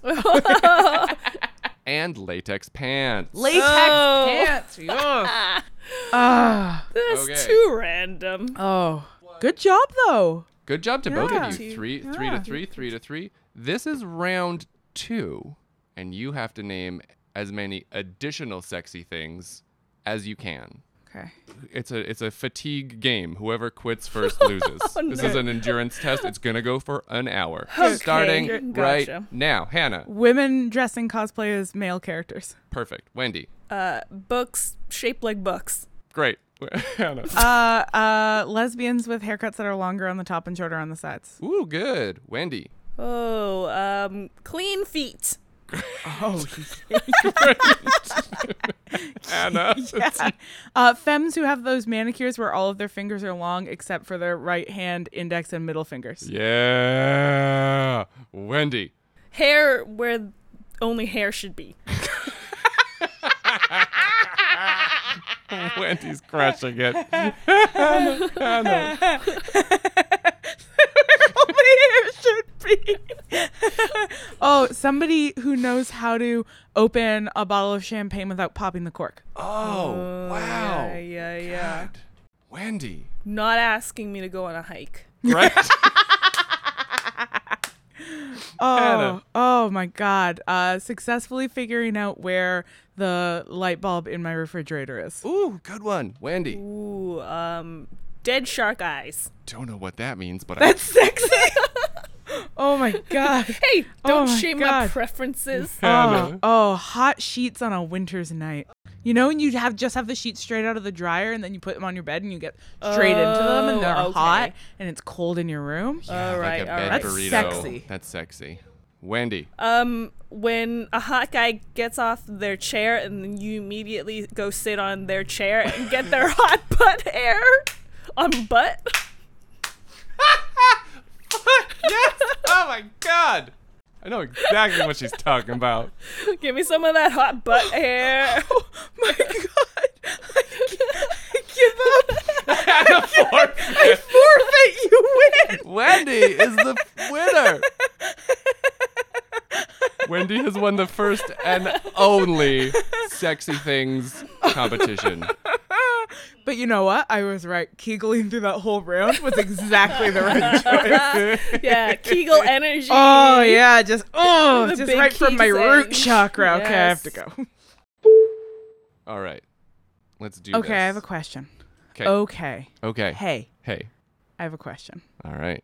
and latex pants.
Latex
Oh.
pants. Ah.
That's
Okay.
too random.
oh. Good job though.
Good job to both
Yeah.
of you. Three, three to
Yeah.
three, three to three. This is round two, and you have to name as many additional sexy things as you can.
Okay.
It's a it's a fatigue game. Whoever quits
Oh,
first loses. This is an endurance test. It's gonna go for an hour, starting
Gotcha.
right now. Hannah,
Women dressing cosplay as male characters.
perfect. Wendy,
Uh, books shaped like books.
great. Hannah.
Uh, uh, lesbians with haircuts that are longer on the top and shorter on the sides.
Ooh, good. Wendy.
Oh, um, clean feet.
Oh,
Anna.
yeah. Uh, femmes who have those manicures where all of their fingers are long except for their right hand, index, and middle fingers.
Yeah. Wendy.
Hair where only hair should be.
Wendy's crushing it.
Only it Oh, should be. oh, somebody who knows how to open a bottle of champagne without popping the cork.
Oh, wow.
Yeah, yeah, yeah.
God. Wendy.
Not asking me to go on a hike.
Right?
Oh,
Anna.
oh my God! Uh, successfully figuring out where the light bulb in my refrigerator is.
Ooh, good one. Wendy.
Ooh, um, dead shark eyes.
Don't know what that means, but
That's sexy. Oh my god.
Hey,
Oh
don't
my
shame my
God.
preferences.
oh, oh, hot sheets on a winter's night. You know, and you have just have the sheets straight out of the dryer, and then you put them on your bed, and you get straight into them, and they're
Oh, okay.
hot, and it's cold in your room.
all right,
like a
all
bed
right.
That's
burrito.
sexy.
That's sexy. Wendy.
Um, when a hot guy gets off their chair and then you immediately go sit on their chair and get their hot butt hair on butt.
yes! Oh my god! I know exactly what she's talking about.
Give me some of that hot butt hair.
Oh my god! I, give up. Forfeit, you win.
Wendy is the winner. Wendy has won the first and only sexy things competition.
But you know what? I was right. Keegling through that whole round was exactly the right choice.
yeah, Kegel energy.
Oh yeah, just oh,
The
just
big
right from my
keys
root
in.
chakra. Okay, I have to
Yes.
go.
All right. Let's do
Okay, I have a
this.
question.
'Kay.
Okay.
Okay.
Hey,
Hey.
I have a question.
All right.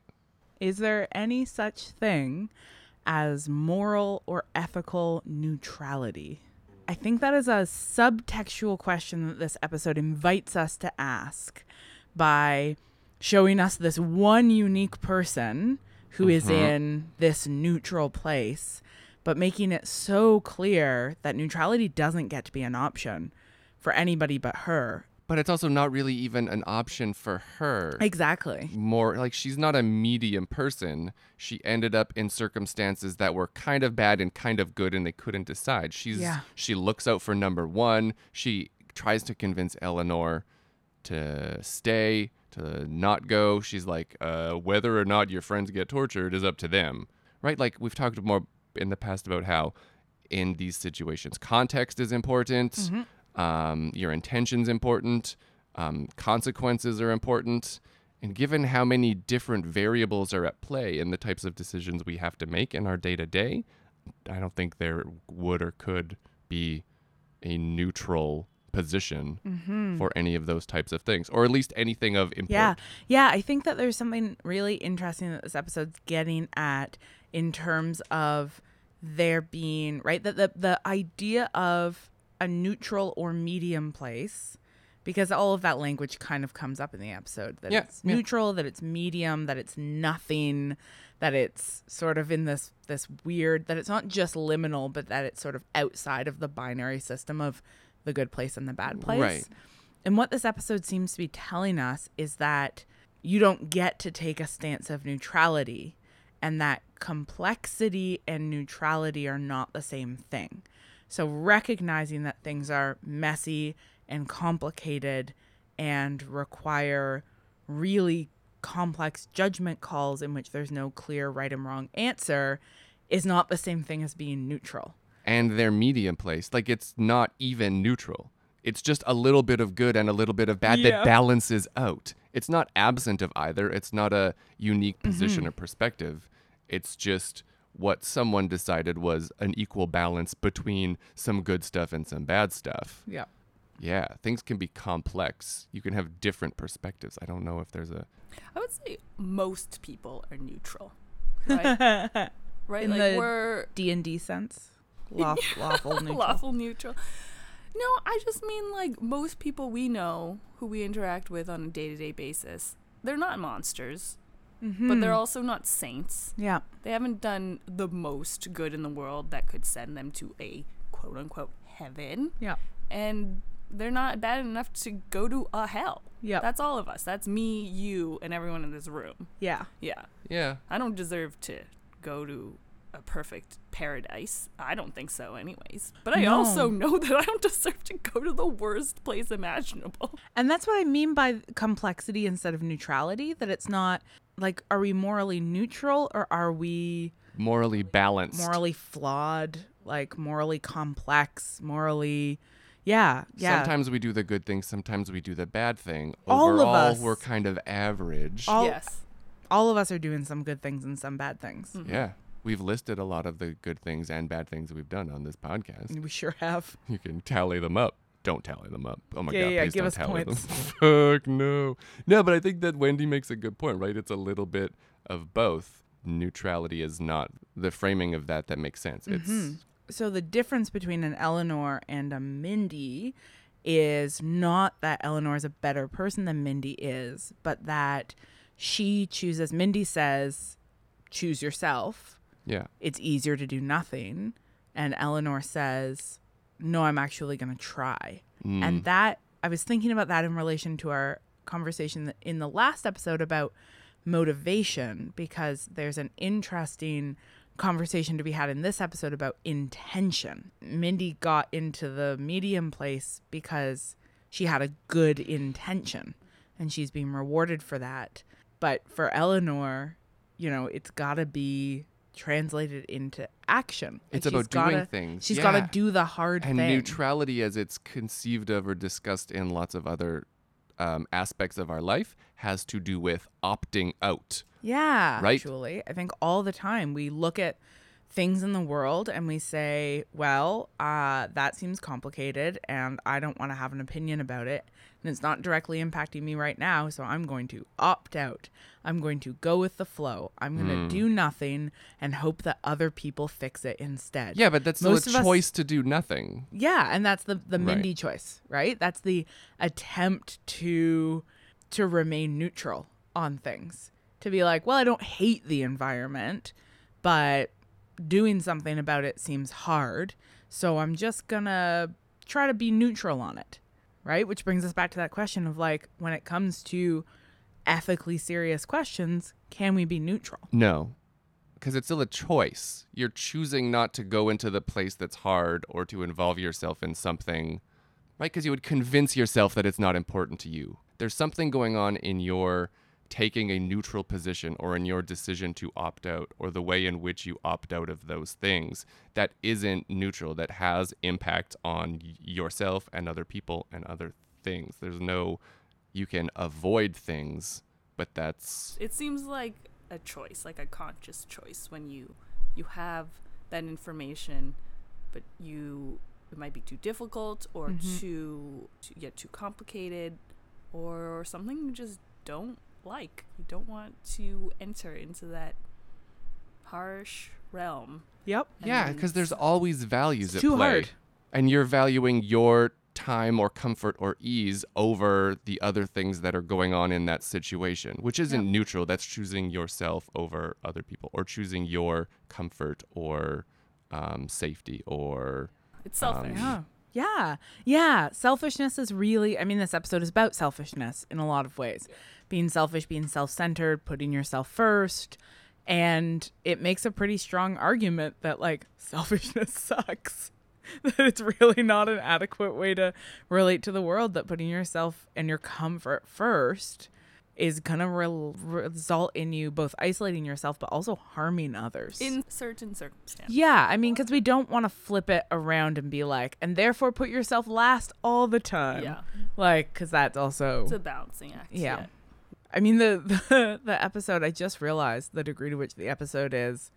Is there any such thing as moral or ethical neutrality? I think that is a subtextual question that this episode invites us to ask by showing us this one unique person who is in this neutral place, but making it so clear that neutrality doesn't get to be an option for anybody but her.
But it's also not really even an option for her.
Exactly.
more like she's not a medium person. She ended up in circumstances that were kind of bad and kind of good, and they couldn't decide. She's
Yeah.
she looks out for number one. She tries to convince Eleanor to stay, to not go. She's like, uh, whether or not your friends get tortured is up to them, right? Like we've talked more in the past about how in these situations context is important. Um, your intention's important. Um, consequences are important. And given how many different variables are at play in the types of decisions we have to make in our day to day, I don't think there would or could be a neutral position for any of those types of things, or at least anything of import.
Mm-hmm. Yeah. Yeah. I think that there's something really interesting that this episode's getting at in terms of there being, right? That the, the idea of a neutral or medium place, because all of that language kind of comes up in the episode that
Yeah,
it's
yeah.
neutral, that it's medium, that it's nothing, that it's sort of in this this weird that it's not just liminal, but that it's sort of outside of the binary system of the good place and the bad place.
Right.
And what this episode seems to be telling us is that you don't get to take a stance of neutrality and that complexity and neutrality are not the same thing. So recognizing that things are messy and complicated and require really complex judgment calls in which there's no clear right and wrong answer is not the same thing as being neutral.
And their medium place, like it's not even neutral. It's just a little bit of good and a little bit of bad that
Yeah.
balances out. It's not absent of either. It's not a unique
Mm-hmm.
position or perspective. It's just what someone decided was an equal balance between some good stuff and some bad stuff.
Yeah.
Yeah, things can be complex. You can have different perspectives. I don't know if there's a
I would say most people are neutral. Right? right?
In
like
the
we're
D&D sense. Law- lawful neutral.
lawful neutral. No, I just mean like most people we know who we interact with on a day to day basis, they're not monsters, but
Hmm.
they're also not saints.
Yeah.
They haven't done the most good in the world that could send them to a quote unquote heaven,
Yeah.
and they're not bad enough to go to a hell.
Yep.
That's all of us. That's me, you, and everyone in this room.
Yeah.
Yeah.
Yeah.
I don't deserve to go to a perfect paradise. I don't think so, anyways. But I
No.
also know that I don't deserve to go to the worst place imaginable.
And that's what I mean by complexity instead of neutrality, that it's not like, are we morally neutral or are we
Morally balanced.
morally flawed, like morally complex, morally. Yeah. Yeah.
Sometimes we do the good thing, sometimes we do the bad thing.
All of
Overall,
us.
we're kind of average.
all, all of us are doing some good things and some bad things.
Yeah. We've listed a lot of the good things and bad things we've done on this podcast.
We sure have.
You can tally them up. Don't tally them up. Oh my
Yeah,
god,
yeah,
please
give
don't
us
tally
points.
them. Fuck no. No, but I think that Wendy makes a good point, right? It's a little bit of both. neutrality is not the framing of that that makes sense.
Mm-hmm.
It's
So the difference between an Eleanor and a Mindy is not that Eleanor is a better person than Mindy is, but that she chooses Mindy says choose yourself.
yeah.
It's easier to do nothing and Eleanor says no, I'm actually going to try. And that I was thinking about that in relation to our conversation in the last episode about motivation because there's an interesting conversation to be had in this episode about intention. Mindy got into the medium place because she had a good intention and she's being rewarded for that. But for Eleanor, you know, it's got to be translated into action. Like,
It's about
she's gotta-
doing things.
She's got
Yeah.
to do the hard
And
thing.
neutrality, as it's conceived of or discussed in lots of other um, aspects of our life, has to do with opting out.
Yeah,
Right?
actually. I think all the time we look at things in the world and we say, well, uh, that seems complicated and I don't want to have an opinion about it. And it's not directly impacting me right now. So I'm going to opt out. I'm going to go with the flow. I'm going
Hmm.
to do nothing and hope that other people fix it instead.
Yeah, but that's still
Most of
a
us-
choice to do nothing.
Yeah, and that's the the
Right.
Mindy choice, right? That's the attempt to to remain neutral on things. To be like, well, I don't hate the environment, but doing something about it seems hard, so I'm just going to try to be neutral on it. Right? Which brings us back to that question of like when it comes to ethically serious questions, can we be neutral?
No. Because it's still a choice. You're choosing not to go into the place that's hard or to involve yourself in something, right? Because you would convince yourself that it's not important to you. There's something going on in your taking a neutral position or in your decision to opt out or the way in which you opt out of those things that isn't neutral, that has impact on y- yourself and other people and other things. There's no, you can avoid things, but that's
It seems like a choice, like a conscious choice when you you have that information but you it might be too difficult or too, too yet too complicated or something you just don't like. You don't want to enter into that harsh realm.
Yep.
and
Yeah,
then
because there's always values at
too
play,
hard.
and you're valuing your time or comfort or ease over the other things that are going on in that situation, which isn't neutral. That's choosing yourself over other people, or choosing your comfort or um, safety, or
it's selfish.
Yeah. Yeah. Yeah. Selfishness is really, I mean, this episode is about selfishness in a lot of ways being selfish, being self centered, putting yourself first. And it makes a pretty strong argument that, like, selfishness sucks. That it's really not an adequate way to relate to the world, that putting yourself and your comfort first is going to result in you both isolating yourself, but also harming others.
In certain circumstances.
Yeah, I mean, because we don't want to flip it around and be like, and therefore put yourself last all the time.
Yeah.
Like, because that's also.
It's a balancing act.
yeah. I mean, the, the, the episode, I just realized the degree to which the episode is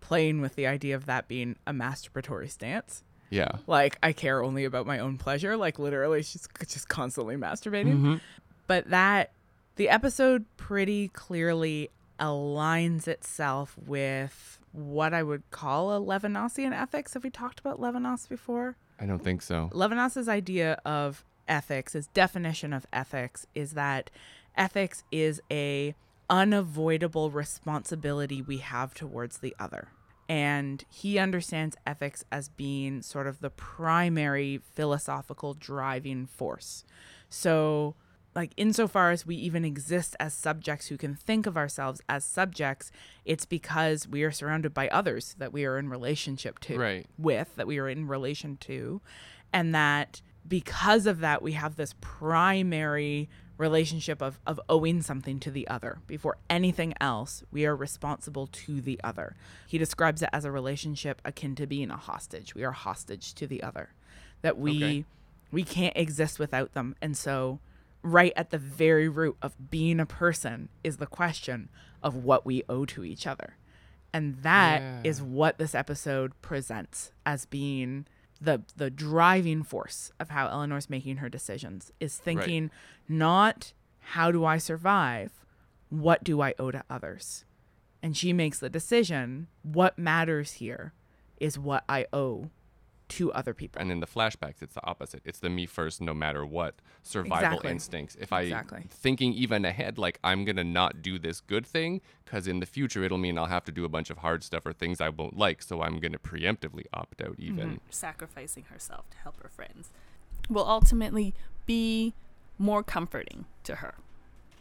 playing with the idea of that being a masturbatory stance.
yeah.
Like, I care only about my own pleasure. Like, literally, she's c- just constantly masturbating. But that, the episode pretty clearly aligns itself with what I would call a Levinasian ethics. Have we talked about Levinas before?
I don't think so.
Levinas's idea of ethics, his definition of ethics, is that ethics is a unavoidable responsibility we have towards the other. And he understands ethics as being sort of the primary philosophical driving force. So, like, insofar as we even exist as subjects who can think of ourselves as subjects, it's because we are surrounded by others that we are in relationship to
Right.
with that we are in relation to and that because of that we have this primary relationship of, of owing something to the other before anything else we are responsible to the other he describes it as a relationship akin to being a hostage we are hostage to the other that we
Okay.
we can't exist without them and so right at the very root of being a person is the question of what we owe to each other and that is
Yeah.
what this episode presents as being the the driving force of how Eleanor's making her decisions is thinking not how do I survive, what do I owe to others. and she makes the decision what matters here is what I owe to other people.
And in the flashbacks, it's the opposite. It's the me first, no matter what survival
Exactly.
instincts. If I
Exactly.
thinking even ahead, like I'm gonna not do this good thing because in the future it'll mean I'll have to do a bunch of hard stuff or things I won't like. So I'm gonna preemptively opt out. Even
sacrificing herself to help her friends will ultimately be more comforting to her.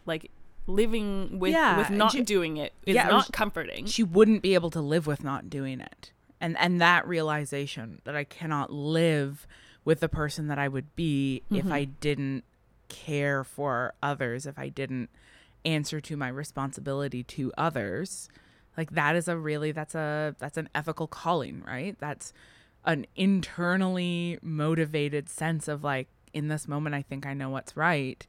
Like living with
Yeah,
with
and
not
she-
doing it is
Yeah, it
not
was-
comforting.
She wouldn't be able to live with not doing it. And and that realization that I cannot live with the person that I would be if I didn't care for others, if I didn't answer to my responsibility to others. Like that is a really that's a that's an ethical calling, right? That's an internally motivated sense of like in this moment I think I know what's right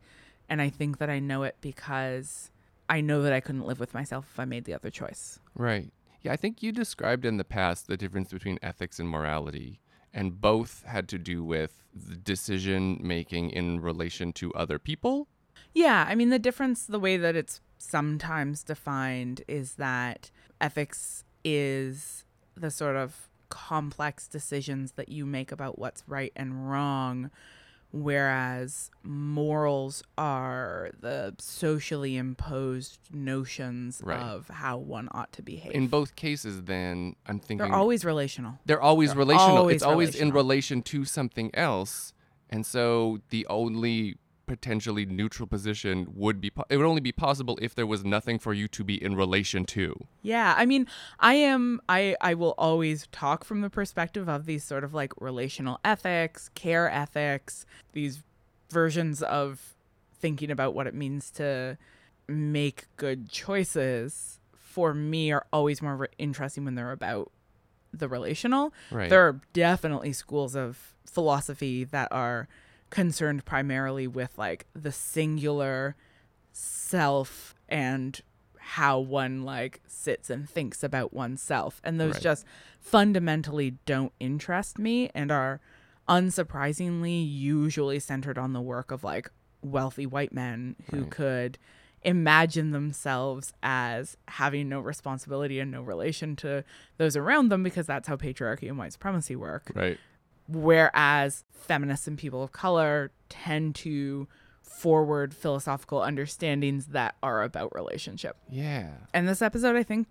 and I think that I know it because I know that I couldn't live with myself if I made the other choice.
Right. Yeah, I think you described in the past the difference between ethics and morality, and both had to do with the decision making in relation to other people.
Yeah, I mean, the difference, the way that it's sometimes defined is that ethics is the sort of complex decisions that you make about what's right and wrong, whereas morals are the socially imposed notions
Right.
of how one ought to behave.
In both cases, then I'm thinking
They're always relational.
they're always relational.
always
it's always in
relational.
relation to something else, and so the only potentially neutral position would be po- it would only be possible if there was nothing for you to be in relation to.
Yeah, I mean, I am I I will always talk from the perspective of these sort of like relational ethics, care ethics, these versions of thinking about what it means to make good choices for me are always more re- interesting when they're about the relational.
Right.
There are definitely schools of philosophy that are concerned primarily with like the singular self and how one like sits and thinks about oneself. And those
Right.
just fundamentally don't interest me and are unsurprisingly usually centered on the work of like wealthy white men who
Right.
could imagine themselves as having no responsibility and no relation to those around them because that's how patriarchy and white supremacy work
Right.
whereas feminists and people of color tend to forward philosophical understandings that are about relationship.
Yeah.
And this episode, I think,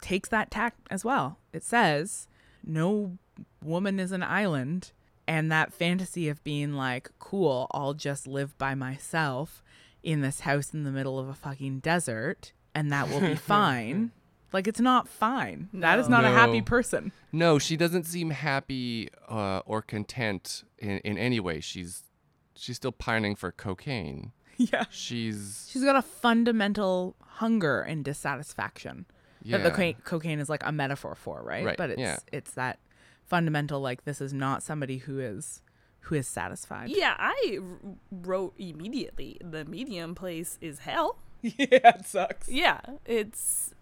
takes that tack as well. It says, no woman is an island. And that fantasy of being like, cool, I'll just live by myself in this house in the middle of a fucking desert and that will be fine. Like, it's not fine. That is not a happy
No.
person.
No, she doesn't seem happy uh, or content in, in any way. She's she's still pining for cocaine.
Yeah.
She's
She's got a fundamental hunger and dissatisfaction
yeah.
that the cocaine, cocaine is like a metaphor for, right?
Right,
But it's
yeah.
it's that fundamental like this is not somebody who is who is satisfied.
yeah, I r- wrote immediately. The medium place is hell.
yeah it sucks.
Yeah, it's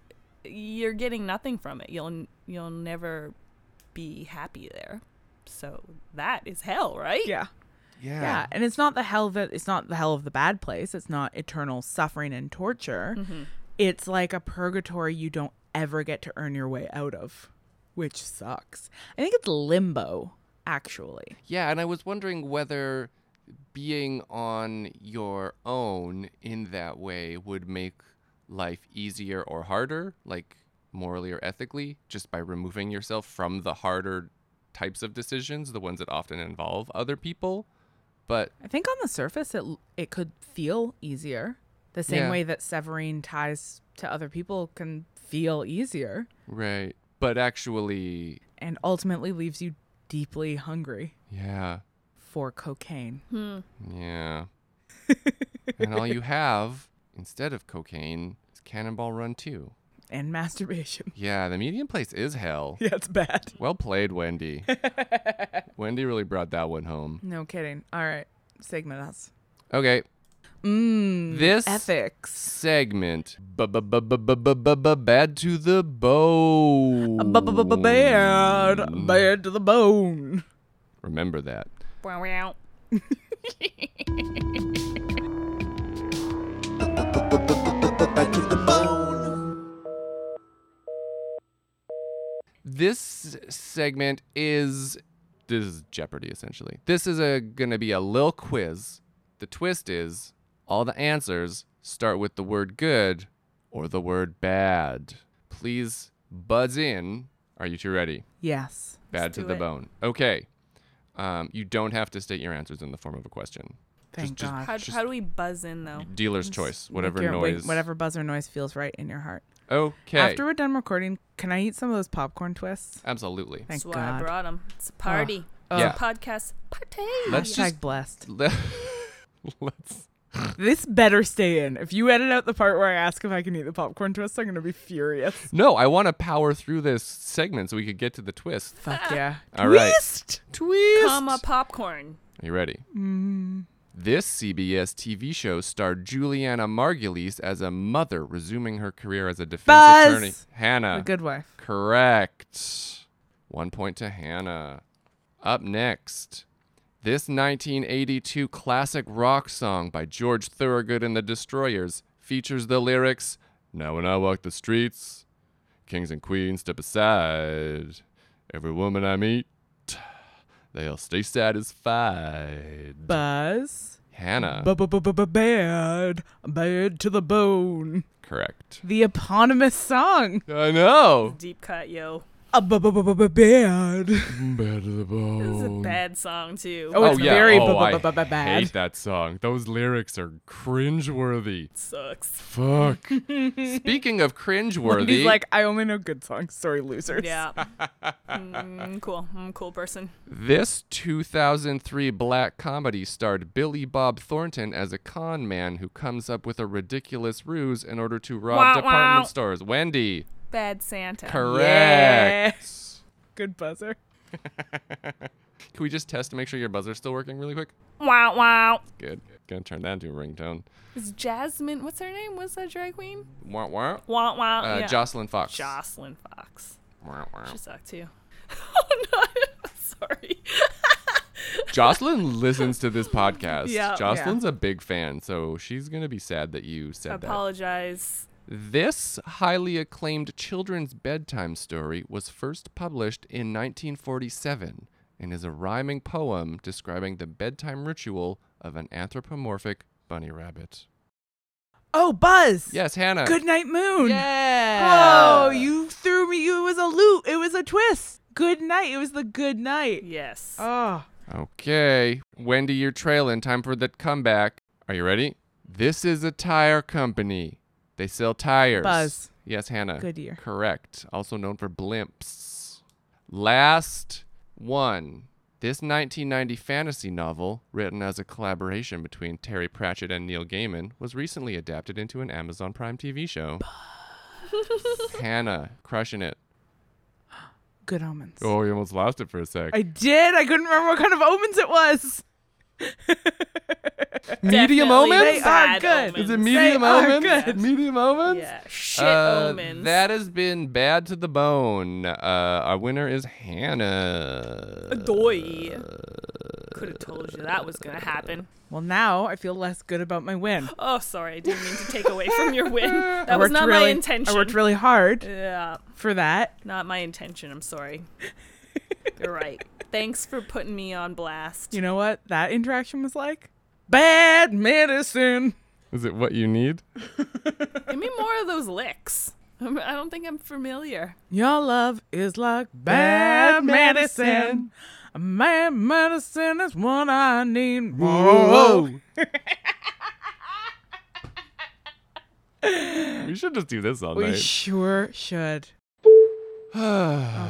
you're getting nothing from it. You'll you'll never be happy there. So that is hell, right?
Yeah.
yeah.
Yeah, and it's not the hell that it's not the hell of the bad place. It's not eternal suffering and torture. It's like a purgatory you don't ever get to earn your way out of, which sucks. I think it's limbo actually.
Yeah, and I was wondering whether being on your own in that way would make life easier or harder, like morally or ethically, just by removing yourself from the harder types of decisions, the ones that often involve other people. But
I think on the surface it it could feel easier. The same
Yeah.
way that severing ties to other people can feel easier
right, but actually,
and ultimately leaves you deeply hungry
yeah.
for cocaine.
Yeah. and all you have instead of cocaine is Cannonball Run 2.
and masturbation.
Yeah, the medium place is hell.
Yeah, it's bad.
Well played, Wendy. Wendy really brought that one home.
No kidding. All right. Segment us.
Okay,
Mmm.
This-
ethics.
segment bu- bu- bu- bu- bu- bu- bu- bu- bad to the bone.
Bad. Bad to the bone.
Remember that.
Wow, wow.
this segment is this is Jeopardy essentially. This is a gonna be a little quiz. The twist is all the answers start with the word good or the word bad. Please buzz in. Are you two ready?
Yes.
Bad to
do
the
it.
bone. Okay. Um, you don't have to state your answers in the form of a question.
Thank
just-
God.
How,
Just-
how do we buzz in though?
Dealer's choice, whatever
Make your- wait,
noise.
whatever buzzer noise feels right in your heart.
Okay.
After we're done recording, can I eat some of those popcorn twists?
Absolutely.
Thank
That's why I
God.
brought him. It's a party.
oh.
It's
Yeah.
a podcast party.
Let's
Hashtag
just
blessed.
Let's
This better stay in. If you edit out the part where I ask if I can eat the popcorn twist, I'm gonna be furious.
No, I want to power through this segment so we could get to the twist.
Fuck yeah.
All right.
Twist.
Twist.
Comma popcorn.
Are you ready?
Mm,
This CBS TV show starred Juliana Margulies as a mother resuming her career as a defense
Buzz.
attorney. Hannah.
The Good Wife.
Correct. One point to Hannah. Up next, this 1982 classic rock song by George Thorogood and the Destroyers features the lyrics Now when I walk the streets, kings and queens step aside. Every woman I meet, they'll stay satisfied.
Buzz.
Hannah.
Bad. Bad to the bone.
Correct.
The eponymous song.
I know.
Deep cut, yo.
Bad.
Bad to the
This is a
bone.
bad song too.
Oh, it's
yeah.
very
oh, I
bad.
hate that song. Those lyrics are cringeworthy.
sucks.
Fuck. Speaking of clindy's
He's like, I only know good songs. Sorry, losers.
Yeah. mm, cool. I'm a cool person.
this 2003 black comedy starred Billy Bob Thornton as a con man who comes up with a ridiculous ruse in order to rob
Wow,
department
wow.
stores. Wendy,
Bad Santa.
correct.
Good buzzer.
Can we just test to make sure your buzzer's still working really quick?
Wow, wow.
Good. Gonna turn that into a ringtone.
Is Jasmine? What's her name? What's that drag queen?
Wah, wah.
Wow,
Oh,
wow.
Uh,
yeah.
Jocelyn Fox.
Jocelyn Fox.
Wah, wah.
She sucked too. oh no! Sorry.
Jocelyn listens to this podcast.
Yeah.
Jocelyn's a big fan, so she's going to be sad that you said that.
Apologize.
This highly acclaimed children's bedtime story was first published in 1947 and is a rhyming poem describing the bedtime ritual of an anthropomorphic bunny rabbit.
Oh, Buzz.
Yes, Hannah.
Good night, Moon.
Yeah.
Oh, you threw me. It was a loop. It was a twist. Good night. It was the good night.
Yes.
Oh.
Okay. Wendy, you're trailing. Time for the comeback. Are you ready? This is a tire company. They sell tires.
Buzz.
Yes, Hannah.
Goodyear.
Correct. Also known for blimps. Last one. This 1990 fantasy novel, written as a collaboration between Terry Pratchett and Neil Gaiman, was recently adapted into an Amazon Prime TV show. Hannah, crushing it.
Good omens.
Oh, you almost lost it for a sec.
I did. I couldn't remember what kind of omens it was.
Medium
Definitely
omens?
They are
bad
good.
omens.
Is it medium
are
omens?
good.
Medium omens?
Yeah. Shit
Uh,
omens.
That has been bad to the bone. Uh, our winner is Hannah.
Doy.
uh,
Could have told you that was gonna happen.
Well, now I feel less good about my win.
Oh, sorry. I didn't mean to take away from your win.
I
That was
worked
not
really,
my intention.
I worked really hard
yeah,
for that.
not my intention. I'm sorry. You're right. Thanks for putting me on blast.
You know what that interaction was like? Bad medicine.
Is it what you need?
Give me more of those licks. I'm- I don't think I'm familiar.
Your love is like bad medicine. Bad medicine is what I need. Whoa.
we should just do this all
We
night.
sure should.
okay.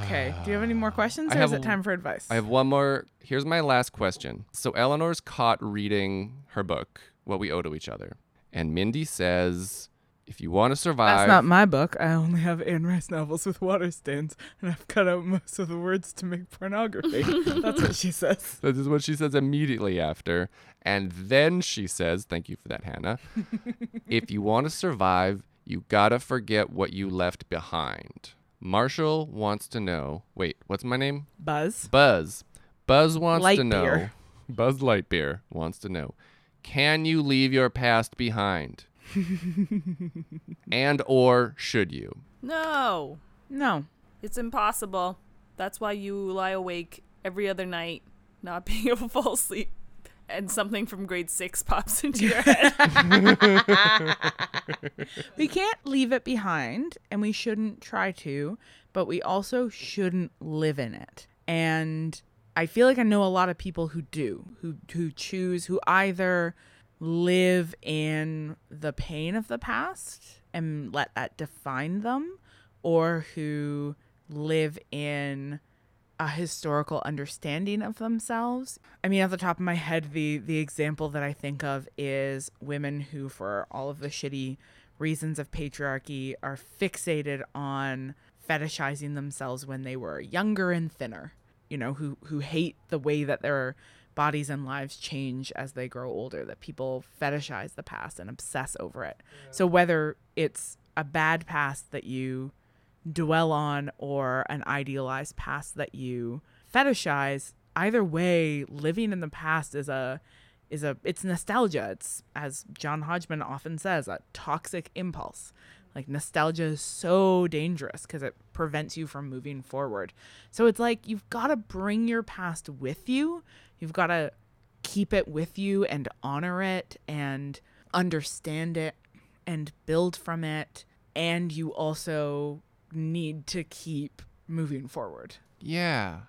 Okay. Do you have any more questions,
I
or is
have
it time for advice?
I have one more. Here's my last question. So Eleanor's caught reading her book, What We Owe to Each Other. And Mindy says, if you want to survive.
That's not my book. I only have Anne Rice novels with water stains, and I've cut out most of the words to make pornography. That's what she says.
This is what she says immediately after. And then she says, Thank you for that, Hannah. if you want to survive, you gotta forget what you left behind. Marshall wants to know. Wait, what's my name?
Buzz.
Buzz. Buzz wants to know.
Lightbeer.
Buzz Lightbeer wants to know. Can you leave your past behind? and or should you?
No.
No.
It's impossible. That's why you lie awake every other night, not being able to fall asleep, and something from grade six pops into your head.
We can't leave it behind and we shouldn't try to, but we also shouldn't live in it. And I feel like I know a lot of people who do, who who choose who either live in the pain of the past and let that define them or who live in a historical understanding of themselves. I mean, at the top of my head, the the example that I think of is women who, for all of the shitty reasons of patriarchy, are fixated on fetishizing themselves when they were younger and thinner. You know, who who hate the way that their bodies and lives change as they grow older. That people fetishize the past and obsess over it. So whether it's a bad past that you dwell on or an idealized past that you fetishize either way living in the past is a is a it's nostalgia it's as john hodgman often says a toxic impulse like nostalgia is so dangerous because it prevents you from moving forward so it's like you've got to bring your past with you you've got to keep it with you and honor it and understand it and build from it and you also need to keep moving forward.
Yeah,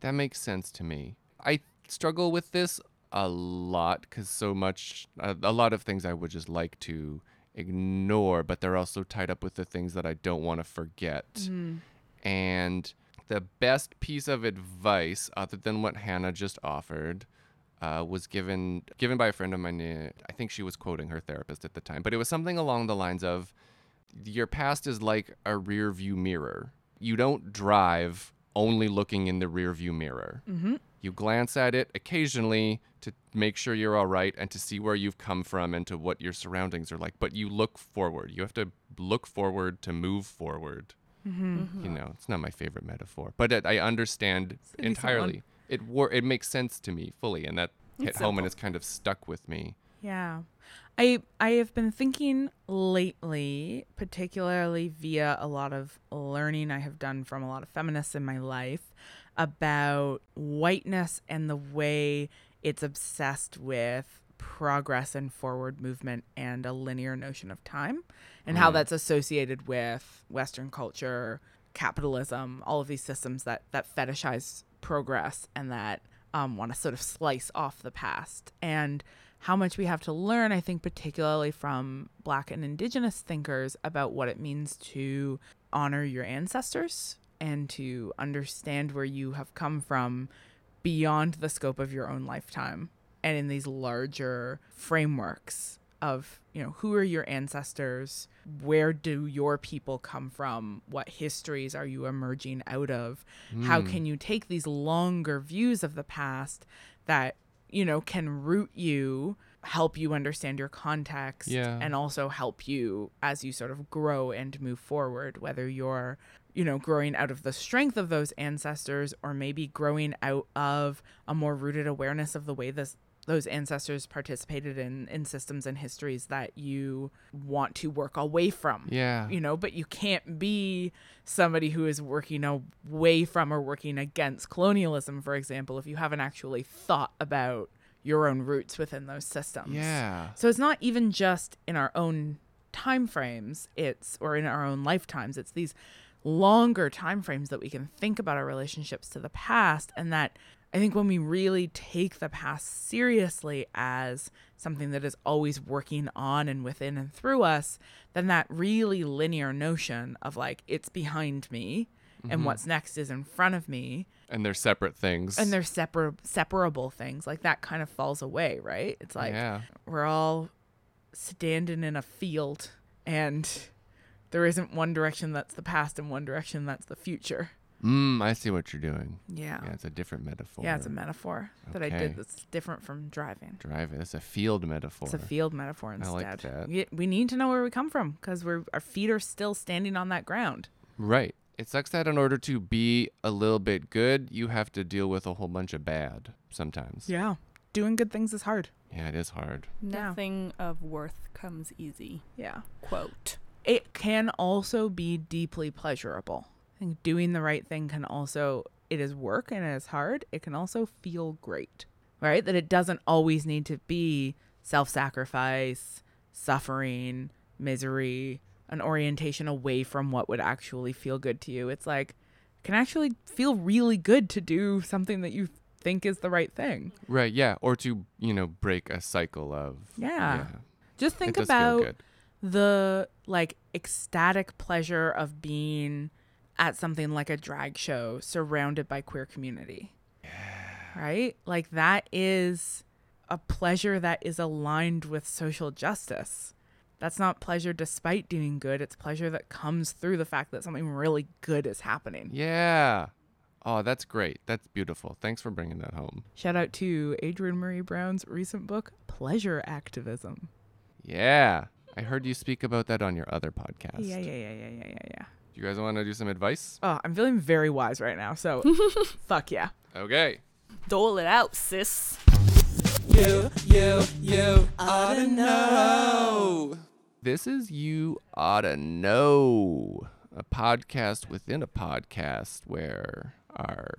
that makes sense to me. I struggle with this a lot because so much, uh, a, a lot of things I would just like to ignore, but they're also tied up with the things that I don't want to forget. And the best piece of advice, other than what Hannah just offered, uh, was given given by a friend of mine. uh, I think she was quoting her therapist at the time, but it was something along the lines of, your past is like a rear view mirror. You don't drive only looking in the rear view mirror.
Mm-hmm.
You glance at it occasionally to make sure you're all right and to see where you've come from and to what your surroundings are like, but you look forward. You have to look forward to move forward.
Mm-hmm.
You know, it's not my favorite metaphor, but it, I understand
a decent one.
entirely. It war- it makes sense to me fully, and that hit
It's
home and
simple.
it's kind of stuck with me.
Yeah. I I have been thinking lately, particularly via a lot of learning I have done from a lot of feminists in my life about whiteness and the way it's obsessed with progress and forward movement and a linear notion of time and how that's associated with western culture, capitalism, all of these systems that that fetishize progress and that um, want to sort of slice off the past and how much we have to learn, I think, particularly from Black and Indigenous thinkers about what it means to honor your ancestors and to understand where you have come from beyond the scope of your own lifetime and in these larger frameworks of you know who are your ancestors where do your people come from what histories are you emerging out of how can you take these longer views of the past that you know can root you help you understand your context
Yeah.
and also help you as you sort of grow and move forward whether you're you know growing out of the strength of those ancestors or maybe growing out of a more rooted awareness of the way this those ancestors participated in in systems and histories that you want to work away from
Yeah.
you know but you can't be somebody who is working away from or working against colonialism for example if you haven't actually thought about your own roots within those systems
Yeah.
so it's not even just in our own time frames, it's or in our own lifetimes, it's these longer time frames that we can think about our relationships to the past and that I think when we really take the past seriously as something that is always working on and within and through us, then that really linear notion of like it's behind me and what's next is in front of me
And they're separate things.
and they're separ- separable things like that kind of falls away, right? It's like
yeah.
we're all standing in a field and there isn't one direction that's the past and one direction that's the future.
Mm, I see what you're doing.
Yeah.
Yeah, it's a different metaphor.
Oh. Yeah, it's a metaphor that I
Okay.
did that's different from driving.
drive it. It's a field metaphor.
It's a field metaphor
I
instead.
like that.
We, we need to know where we come from because we're our feet are still standing on that ground.
right. It sucks that in order to be a little bit good, you have to deal with a whole bunch of bad sometimes.
Yeah. Doing good things is hard.
Yeah, it is hard.
Yeah.
Nothing of worth comes easy.
Yeah.
Quote.
It can also be deeply pleasurable. I think doing the right thing can also, it is work and it is hard. It can also feel great, right? That it doesn't always need to be self sacrifice, suffering, misery, an orientation away from what would actually feel good to you. It's like, it can actually feel really good to do something that you think is the right thing.
Right. Yeah. Or to, you know, break a cycle of.
Yeah. Just think
it does
about
feel good.
the like ecstatic pleasure of being at something like a drag show surrounded by queer community. Right? Like that is a pleasure that is aligned with social justice. That's not pleasure despite doing good. It's pleasure that comes through the fact that something really good is happening.
Yeah. Oh, that's great. That's beautiful. Thanks for bringing that home.
Shout out to Adrienne Marie Brown's recent book, Pleasure Activism.
Yeah. I heard you speak about that on your other podcast.
Yeah, yeah, yeah, yeah, yeah, yeah, yeah.
Do you guys want to do some advice?
Oh, I'm feeling very wise right now. So, fuck yeah.
Okay.
Dole it out, sis.
This is You Oughta Know, a podcast within a podcast where our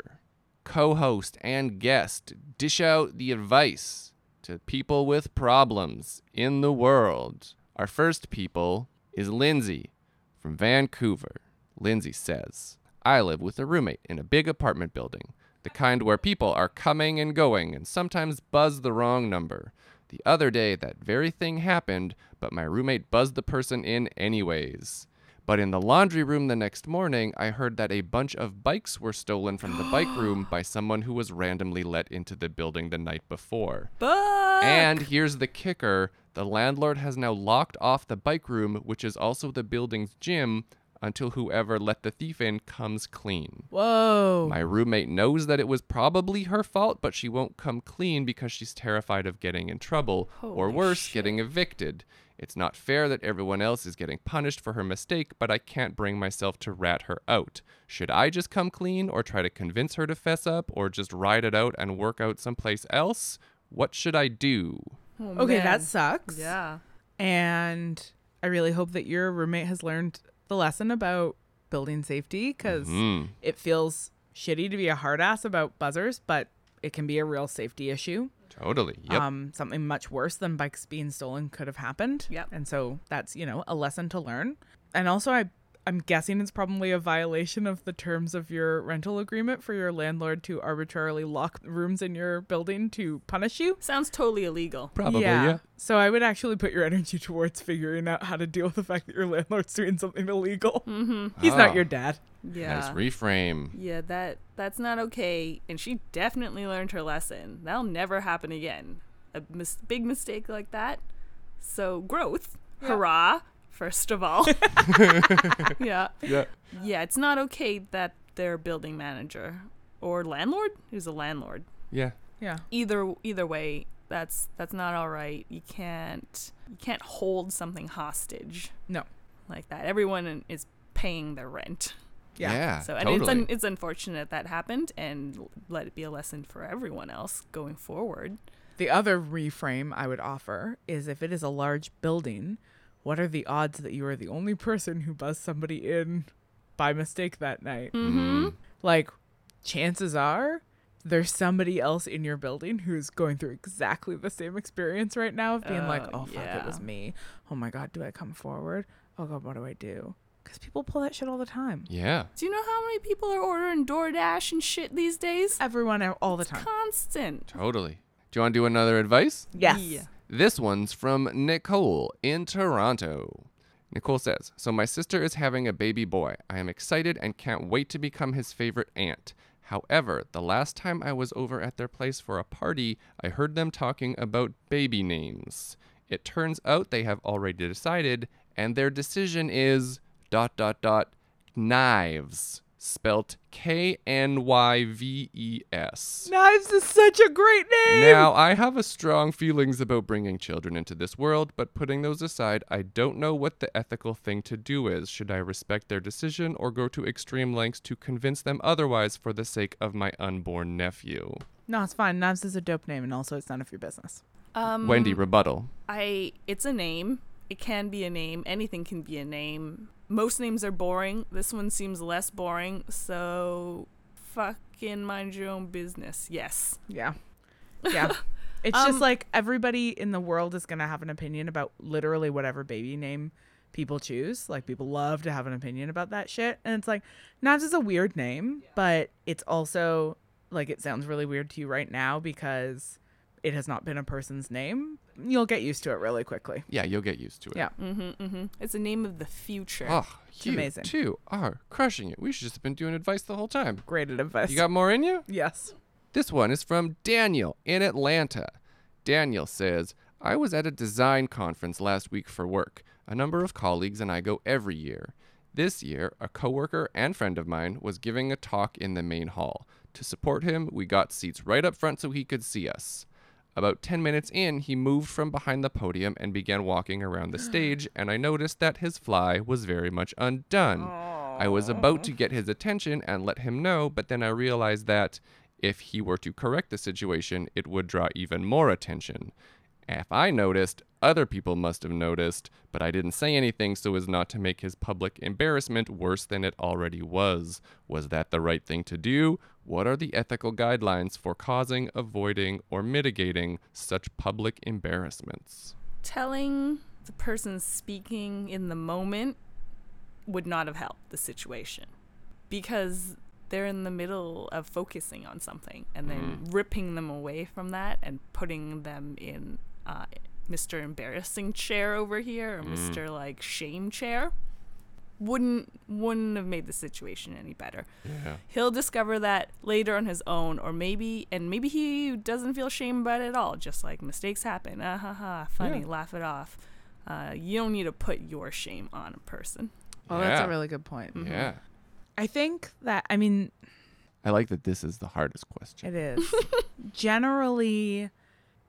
co host and guest dish out the advice to people with problems in the world. Our first people is Lindsay from Vancouver. Lindsay says, I live with a roommate in a big apartment building, the kind where people are coming and going and sometimes buzz the wrong number. The other day, that very thing happened, but my roommate buzzed the person in anyways. But in the laundry room the next morning, I heard that a bunch of bikes were stolen from the bike room by someone who was randomly let into the building the night before.
But
And here's the kicker the landlord has now locked off the bike room, which is also the building's gym, until whoever let the thief in comes clean.
Whoa.
My roommate knows that it was probably her fault, but she won't come clean because she's terrified of getting in trouble or
Holy
worse, getting evicted. It's not fair that everyone else is getting punished for her mistake, but I can't bring myself to rat her out. Should I just come clean or try to convince her to fess up or just ride it out and work out someplace else? What should I do?
Oh,
okay,
man.
that sucks.
yeah.
And I really hope that your roommate has learned the lesson about building safety because
Mm.
it feels shitty to be a hard ass about buzzers, but it can be a real safety issue.
Totally. Yep.
Um, something much worse than bikes being stolen could have happened.
Yep.
And so that's, you know, a lesson to learn. And also I I'm guessing it's probably a violation of the terms of your rental agreement for your landlord to arbitrarily lock rooms in your building to punish you.
Sounds totally illegal.
Probably. Yeah.
So I would actually put your energy towards figuring out how to deal with the fact that your landlord's doing something illegal. He's
Ah.
not your dad.
Yeah.
Nice reframe.
yeah, that that's not okay. And she definitely learned her lesson. That'll never happen again. A mis- big mistake like that. So growth. Hurrah! First of all. yeah.
Yeah.
Yeah, it's not okay that their building manager or landlord who's a landlord.
Yeah.
Yeah.
Either either way, that's that's not all right. You can't you can't hold something hostage
No.
like that. Everyone is paying their rent.
Yeah.
Yeah.
So and
totally.
it's un- it's unfortunate that happened, and l- let it be a lesson for everyone else going forward.
The other reframe I would offer is if it is a large building, what are the odds that you are the only person who buzzed somebody in by mistake that night?
mm-hmm.
Mm-hmm.
Mm.
Like, chances are there's somebody else in your building who's going through exactly the same experience right now of being like, oh,
Oh,
fuck,
yeah.
it was me. Oh my God, do I come forward? Oh God, what do I do? Because people pull that shit all the time.
Yeah.
Do you know how many people are ordering DoorDash and shit these days?
Everyone out all the time.
Constant.
Totally. Do you want to do another advice?
Yes.
Yeah.
This one's from Nicole in Toronto. Nicole says, So my sister is having a baby boy. I am excited and can't wait to become his favorite aunt. However, the last time I was over at their place for a party, I heard them talking about baby names. It turns out they have already decided, and their decision is dot dot dot knives, spelt K N Y V E S.
Knives is such a great name.
Now, I have a strong feelings about bringing children into this world, but putting those aside, I don't know what the ethical thing to do is. Should I respect their decision or go to extreme lengths to convince them otherwise for the sake of my unborn nephew?
No, it's fine. Knives is a dope name, and also it's none of your business.
Um,
Wendy, rebuttal.
I it's a name It can be a name. Anything can be a name. Most names are boring. This one seems less boring. So fucking mind your own business. Yes.
Yeah. Yeah. It's
Um,
just like everybody in the world is going to have an opinion about literally whatever baby name people choose. Like people love to have an opinion about that shit. And it's like, Navs is a weird name, but it's also like it sounds really weird to you right now because it has not been a person's name. You'll get used to it really quickly.
Yeah, you'll get used to it.
Yeah.
Mm-hmm, It's a name of the future.
Oh, you
amazing.
two are crushing it. We should just have been doing advice the whole time.
Great advice.
You got more in you?
yes.
This one is from Daniel in Atlanta. Daniel says, I was at a design conference last week for work. A number of colleagues and I go every year. This year, a coworker and friend of mine was giving a talk in the main hall. To support him, we got seats right up front so he could see us. About 10 minutes in, he moved from behind the podium and began walking around the stage, and I noticed that his fly was very much undone. I was about to get his attention and let him know, but then I realized that if he were to correct the situation, it would draw even more attention. If I noticed, other people must have noticed, but I didn't say anything so as not to make his public embarrassment worse than it already was. Was that the right thing to do? What are the ethical guidelines for causing, avoiding, or mitigating such public embarrassments?
Telling the person speaking in the moment would not have helped the situation because they're in the middle of focusing on something and then ripping them away from that and putting them in uh, Mr. Embarrassing chair over here or Mr. like shame chair wouldn't wouldn't have made the situation any better.
Yeah.
He'll discover that later on his own, or maybe, and maybe he doesn't feel shame about it at all. Just like mistakes happen, ah ha ha, funny,
Yeah.
laugh it off. Uh, you don't need to put your shame on a person.
Well, Oh, that's
Yeah.
a mm-hmm. really good point.
Yeah.
I think that, I mean,
I like that this is the hardest question.
It is. Generally,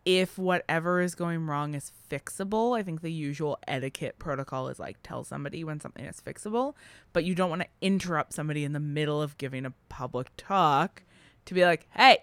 if whatever is going wrong is fixable, I think the usual etiquette protocol is like tell somebody when something is fixable, but you don't want to interrupt somebody in the middle of giving a public talk to be like, hey,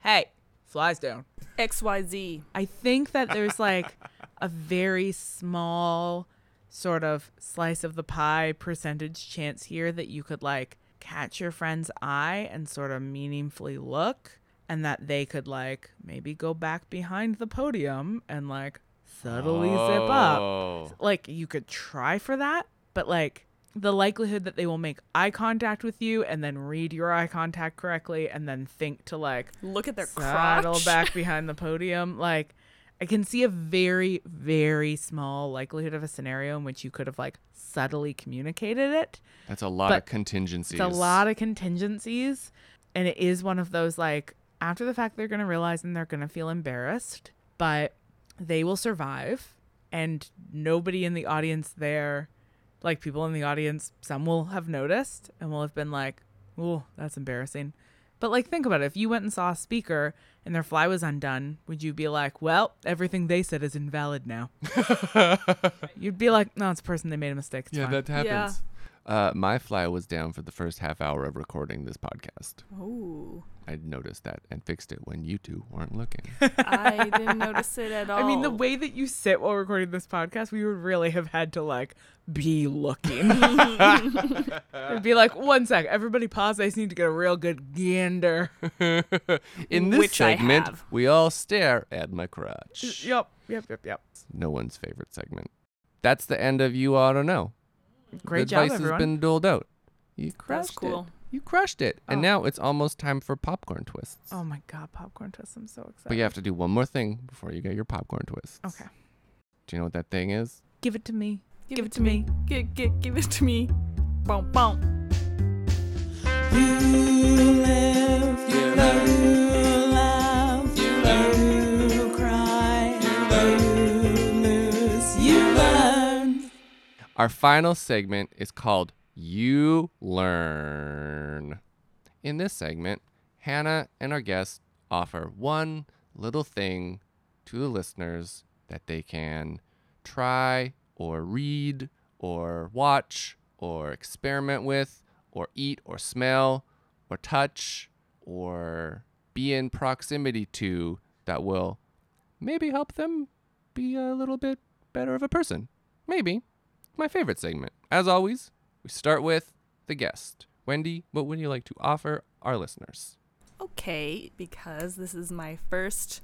hey, flies down.
X Y Z.
I think that there's like a very small sort of slice of the pie percentage chance here that you could like catch your friend's eye and sort of meaningfully look and that they could like maybe go back behind the podium and like subtly zip up
Oh.
like you could try for that, but like the likelihood that they will make eye contact with you and then read your eye contact correctly and then think to like
Look at their
saddle
crotch.
back behind the podium like I can see a very very small likelihood of a scenario in which you could have like subtly communicated it.
That's a lot
But
of contingencies.
It's a lot of contingencies and it is one of those like after the fact they're going to realize and they're going to feel embarrassed, but they will survive and nobody in the audience there like people in the audience some will have noticed and will have been like oh that's embarrassing but like think about it if you went and saw a speaker and their fly was undone would you be like well everything they said is invalid now you'd be like no it's a person they made a mistake it's
Yeah,
fine."
that
Yeah.
happens. Uh, my fly was down for the first half hour of recording this podcast.
Ooh,
I noticed that and fixed it when you two weren't looking.
I didn't notice it at all.
I mean, the way that you sit while recording this podcast, we would really have had to like be looking. It'd be like, one sec, everybody pause. I just need to get a real good gander.
In this
Which I
segment,
have.
we all stare at my crotch.
yep, yep, yep, yep.
No one's favorite segment. That's the end of You Ought to Know.
Great
the
job,
advice
everyone.
has been doled out. You crushed
That's cool.
it. You crushed it. And
Oh.
now it's almost time for popcorn twists.
oh my god, popcorn twist! I'm so excited.
But you have to do one more thing before you get your popcorn twists.
Okay,
Do you know what that thing is?
give it to me.
Give, it to me. Give, give, give it to me. Boom, boom.
Our final segment is called You Learn. In this segment, Hannah and our guests offer one little thing to the listeners that they can try or read or watch or experiment with or eat or smell or touch or be in proximity to that will maybe help them be a little bit better of a person maybe my favorite segment. As always, we start with the guest. Wendy, what would you like to offer our listeners?
Okay, because this is my first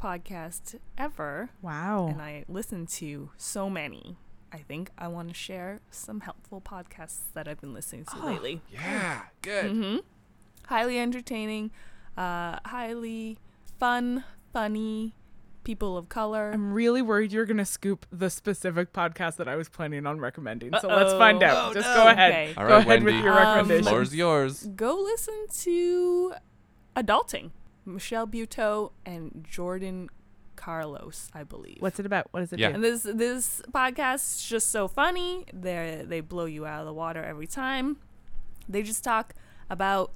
podcast ever,
Wow.
and I listen to so many. I think I want to share some helpful podcasts that I've been listening to lately.
Yeah, good.
Mm-hmm. highly entertaining, uh, highly fun, funny, people of color.
I'm really worried you're going to scoop the specific podcast that I was planning on recommending. So let's find
Uh-oh.
out.
Oh,
Just
no.
go ahead.
Okay.
All
go
right,
ahead
Wendy.
with your
Um,
recommendation.
Floor's yours.
Go listen to Adulting, Michelle Buteau and Jordan Carlos, I believe.
What's it about? What does it
Yeah.
do?
and this this podcast is just so funny. They they blow you out of the water every time. They just talk about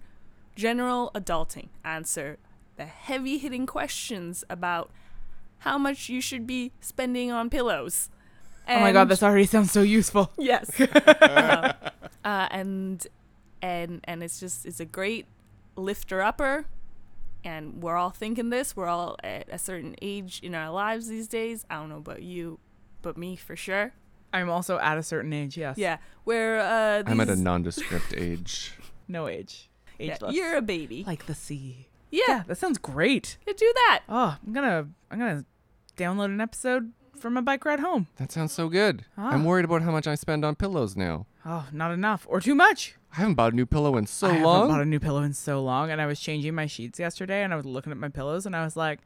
general adulting, answer the heavy hitting questions about how much you should be spending on pillows.
Oh my god,
And-
this already sounds so useful.
Yes. Uh, uh, and and and it's just it's a great lifter upper, and we're all thinking this. We're all at a certain age in our lives these days. I don't know about you, but me for sure.
I'm also at a certain age, yes.
Yeah, where uh,
I'm at a
these-
nondescript age.
No age.
yeah,
Ageless.
you're a baby.
like the sea. Yeah,
yeah,
that sounds great.
you do that.
Oh, I'm gonna I'm gonna download an episode from a bike ride home.
That sounds so good. I'm
Ah.
worried about how much I spend on pillows now.
Oh, not enough or too much.
I haven't bought a new pillow in so
I
long.
haven't bought a new pillow in so long, and I was changing my sheets yesterday, and I was looking at my pillows, and I was like,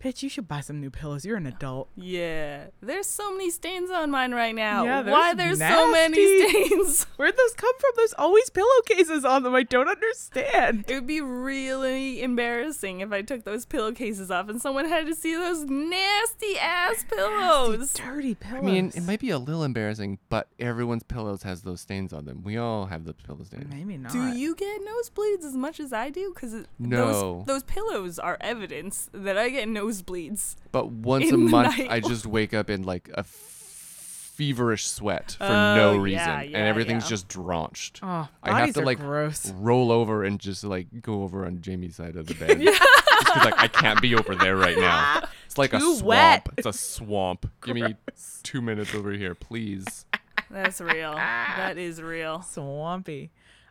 "Bitch, you should buy some new pillows. You're an adult."
Yeah, there's so many stains on mine right now.
Yeah, there's
Why there's so many
nasty-
stains?
Where'd those come from? There's always pillowcases on them. I don't understand.
It would be really embarrassing if I took those pillowcases off and someone had to see those nasty ass pillows.
Dirty pillows.
I mean, it might be a little embarrassing, but everyone's pillows has those stains on them. We all have those pillow stains.
maybe not.
Do you get nosebleeds as much as I do? Because
No.
those, those pillows are evidence that I get nosebleeds.
But once
In
a
the
month,
night.
I just wake up in like a f- feverish sweat for
Oh,
no
yeah,
reason, and
yeah,
everything's
yeah.
just draunched.
Oh,
I have
bodies
to
are
like
gross.
roll over and just like go over on Jamie's side of the bed. Just 'cause, like I can't be over there right now. It's like a
Too
swamp.
wet.
It's a swamp. Give me two minutes over here, please.
That's real. that is real.
Swampy.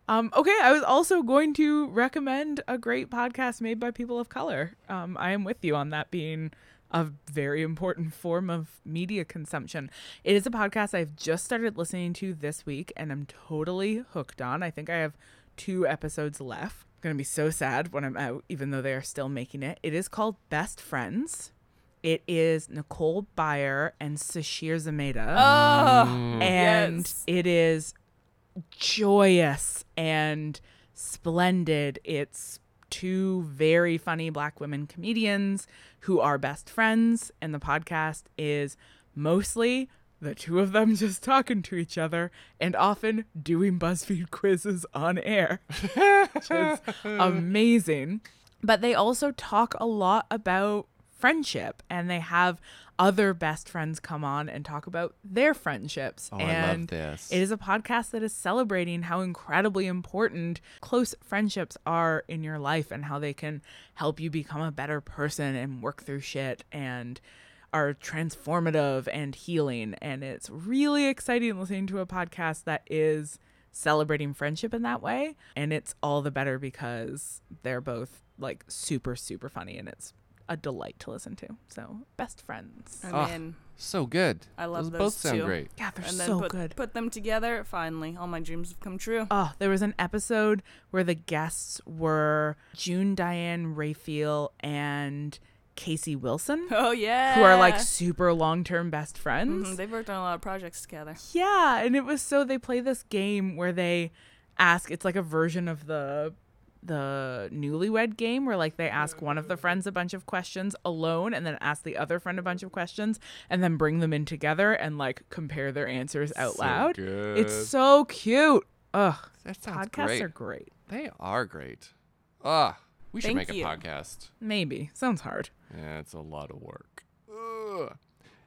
Um, okay, I was also going to recommend a great podcast made by people of color. Um, I am with you on that being a very important form of media consumption. It is a podcast I've just started listening to this week and I'm totally hooked on. I think I have two episodes left. I'm going to be so sad when I'm out, even though they are still making it. It is called Best Friends. It is Nicole Byer and Sashir Zameda
Oh,
and
Yes.
it is joyous and splendid. It's two very funny black women comedians who are best friends, and the podcast is mostly the two of them just talking to each other and often doing BuzzFeed quizzes on air, which is
Mm.
amazing. But they also talk a lot about friendship and they have other best friends come on and talk about their friendships.
Oh, I love
and
this.
it is a podcast that is celebrating how incredibly important close friendships are in your life and how they can help you become a better person and work through shit and are transformative and healing. And it's really exciting listening to a podcast that is celebrating friendship in that way. And it's all the better because they're both like super, super funny and it's a delight to listen to. So, best friends.
I'm
Ah.
in.
so good.
I love
those.
those
both sound
too.
great.
Yeah, they're
And then
so
put,
good.
put them together. Finally, all my dreams have come true.
Oh, there was an episode where the guests were June Diane Raphael and Casey Wilson,
Oh yeah.
who are like super long term best friends.
Mhm, They've worked on a lot of projects together.
Yeah, and it was so they play this game where they ask it's like a version of the the newlywed game where like they ask one of the friends a bunch of questions alone and then ask the other friend a bunch of questions and then bring them in together and like compare their answers out
So
loud.
good.
It's so cute. Ugh.
That sounds
Podcasts
great.
are great.
They are great. Ah, we should
Thank
make
you.
a podcast.
Maybe. Sounds hard.
Yeah, it's a lot of work. Ugh.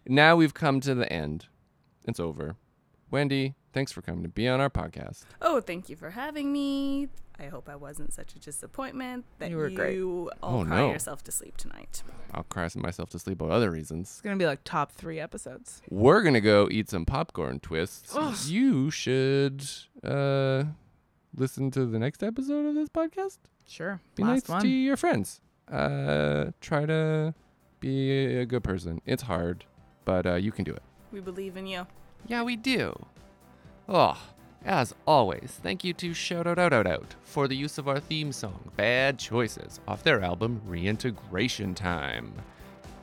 Now we've come to the end. It's over. Wendy, Thanks for coming to be on our podcast.
Oh, thank you for having me. I hope I wasn't such a disappointment that
You were great.
you all
Oh,
cry
no.
yourself to sleep tonight.
I'll cry some myself to sleep on other reasons.
It's gonna be like top three episodes.
We're gonna go eat some popcorn twists.
Ugh.
You should uh, listen to the next episode of this podcast.
Sure.
Be nice
Last one.
to your friends. Uh, try to be a good person. It's hard, but uh, you can do it.
We believe in you.
Yeah, we do. Oh, as always, thank you to Shout Out Out Out Out for the use of our theme song, Bad Choices, off their album Reintegration Time.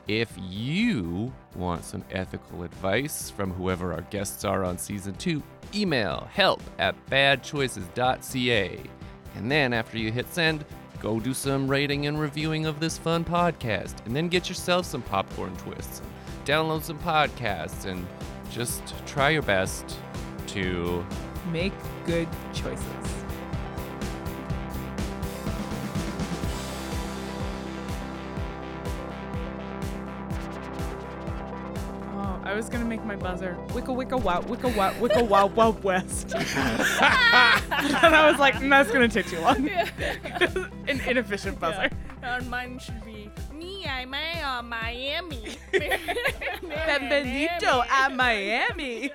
If you want some ethical advice from whoever our guests are on season two, email help at badchoices.ca. And then after you hit send, go do some rating and reviewing of this fun podcast. And then get yourself some popcorn twists. Download some podcasts and just try your best to
Make good choices. Oh, I was gonna make my buzzer wicka wicka wow wicka wow wicka wow wow west, and I was like, "Mm, that's gonna take too long. An inefficient buzzer.
Uh, mine should be me, I'm Miami.
Benito at Miami.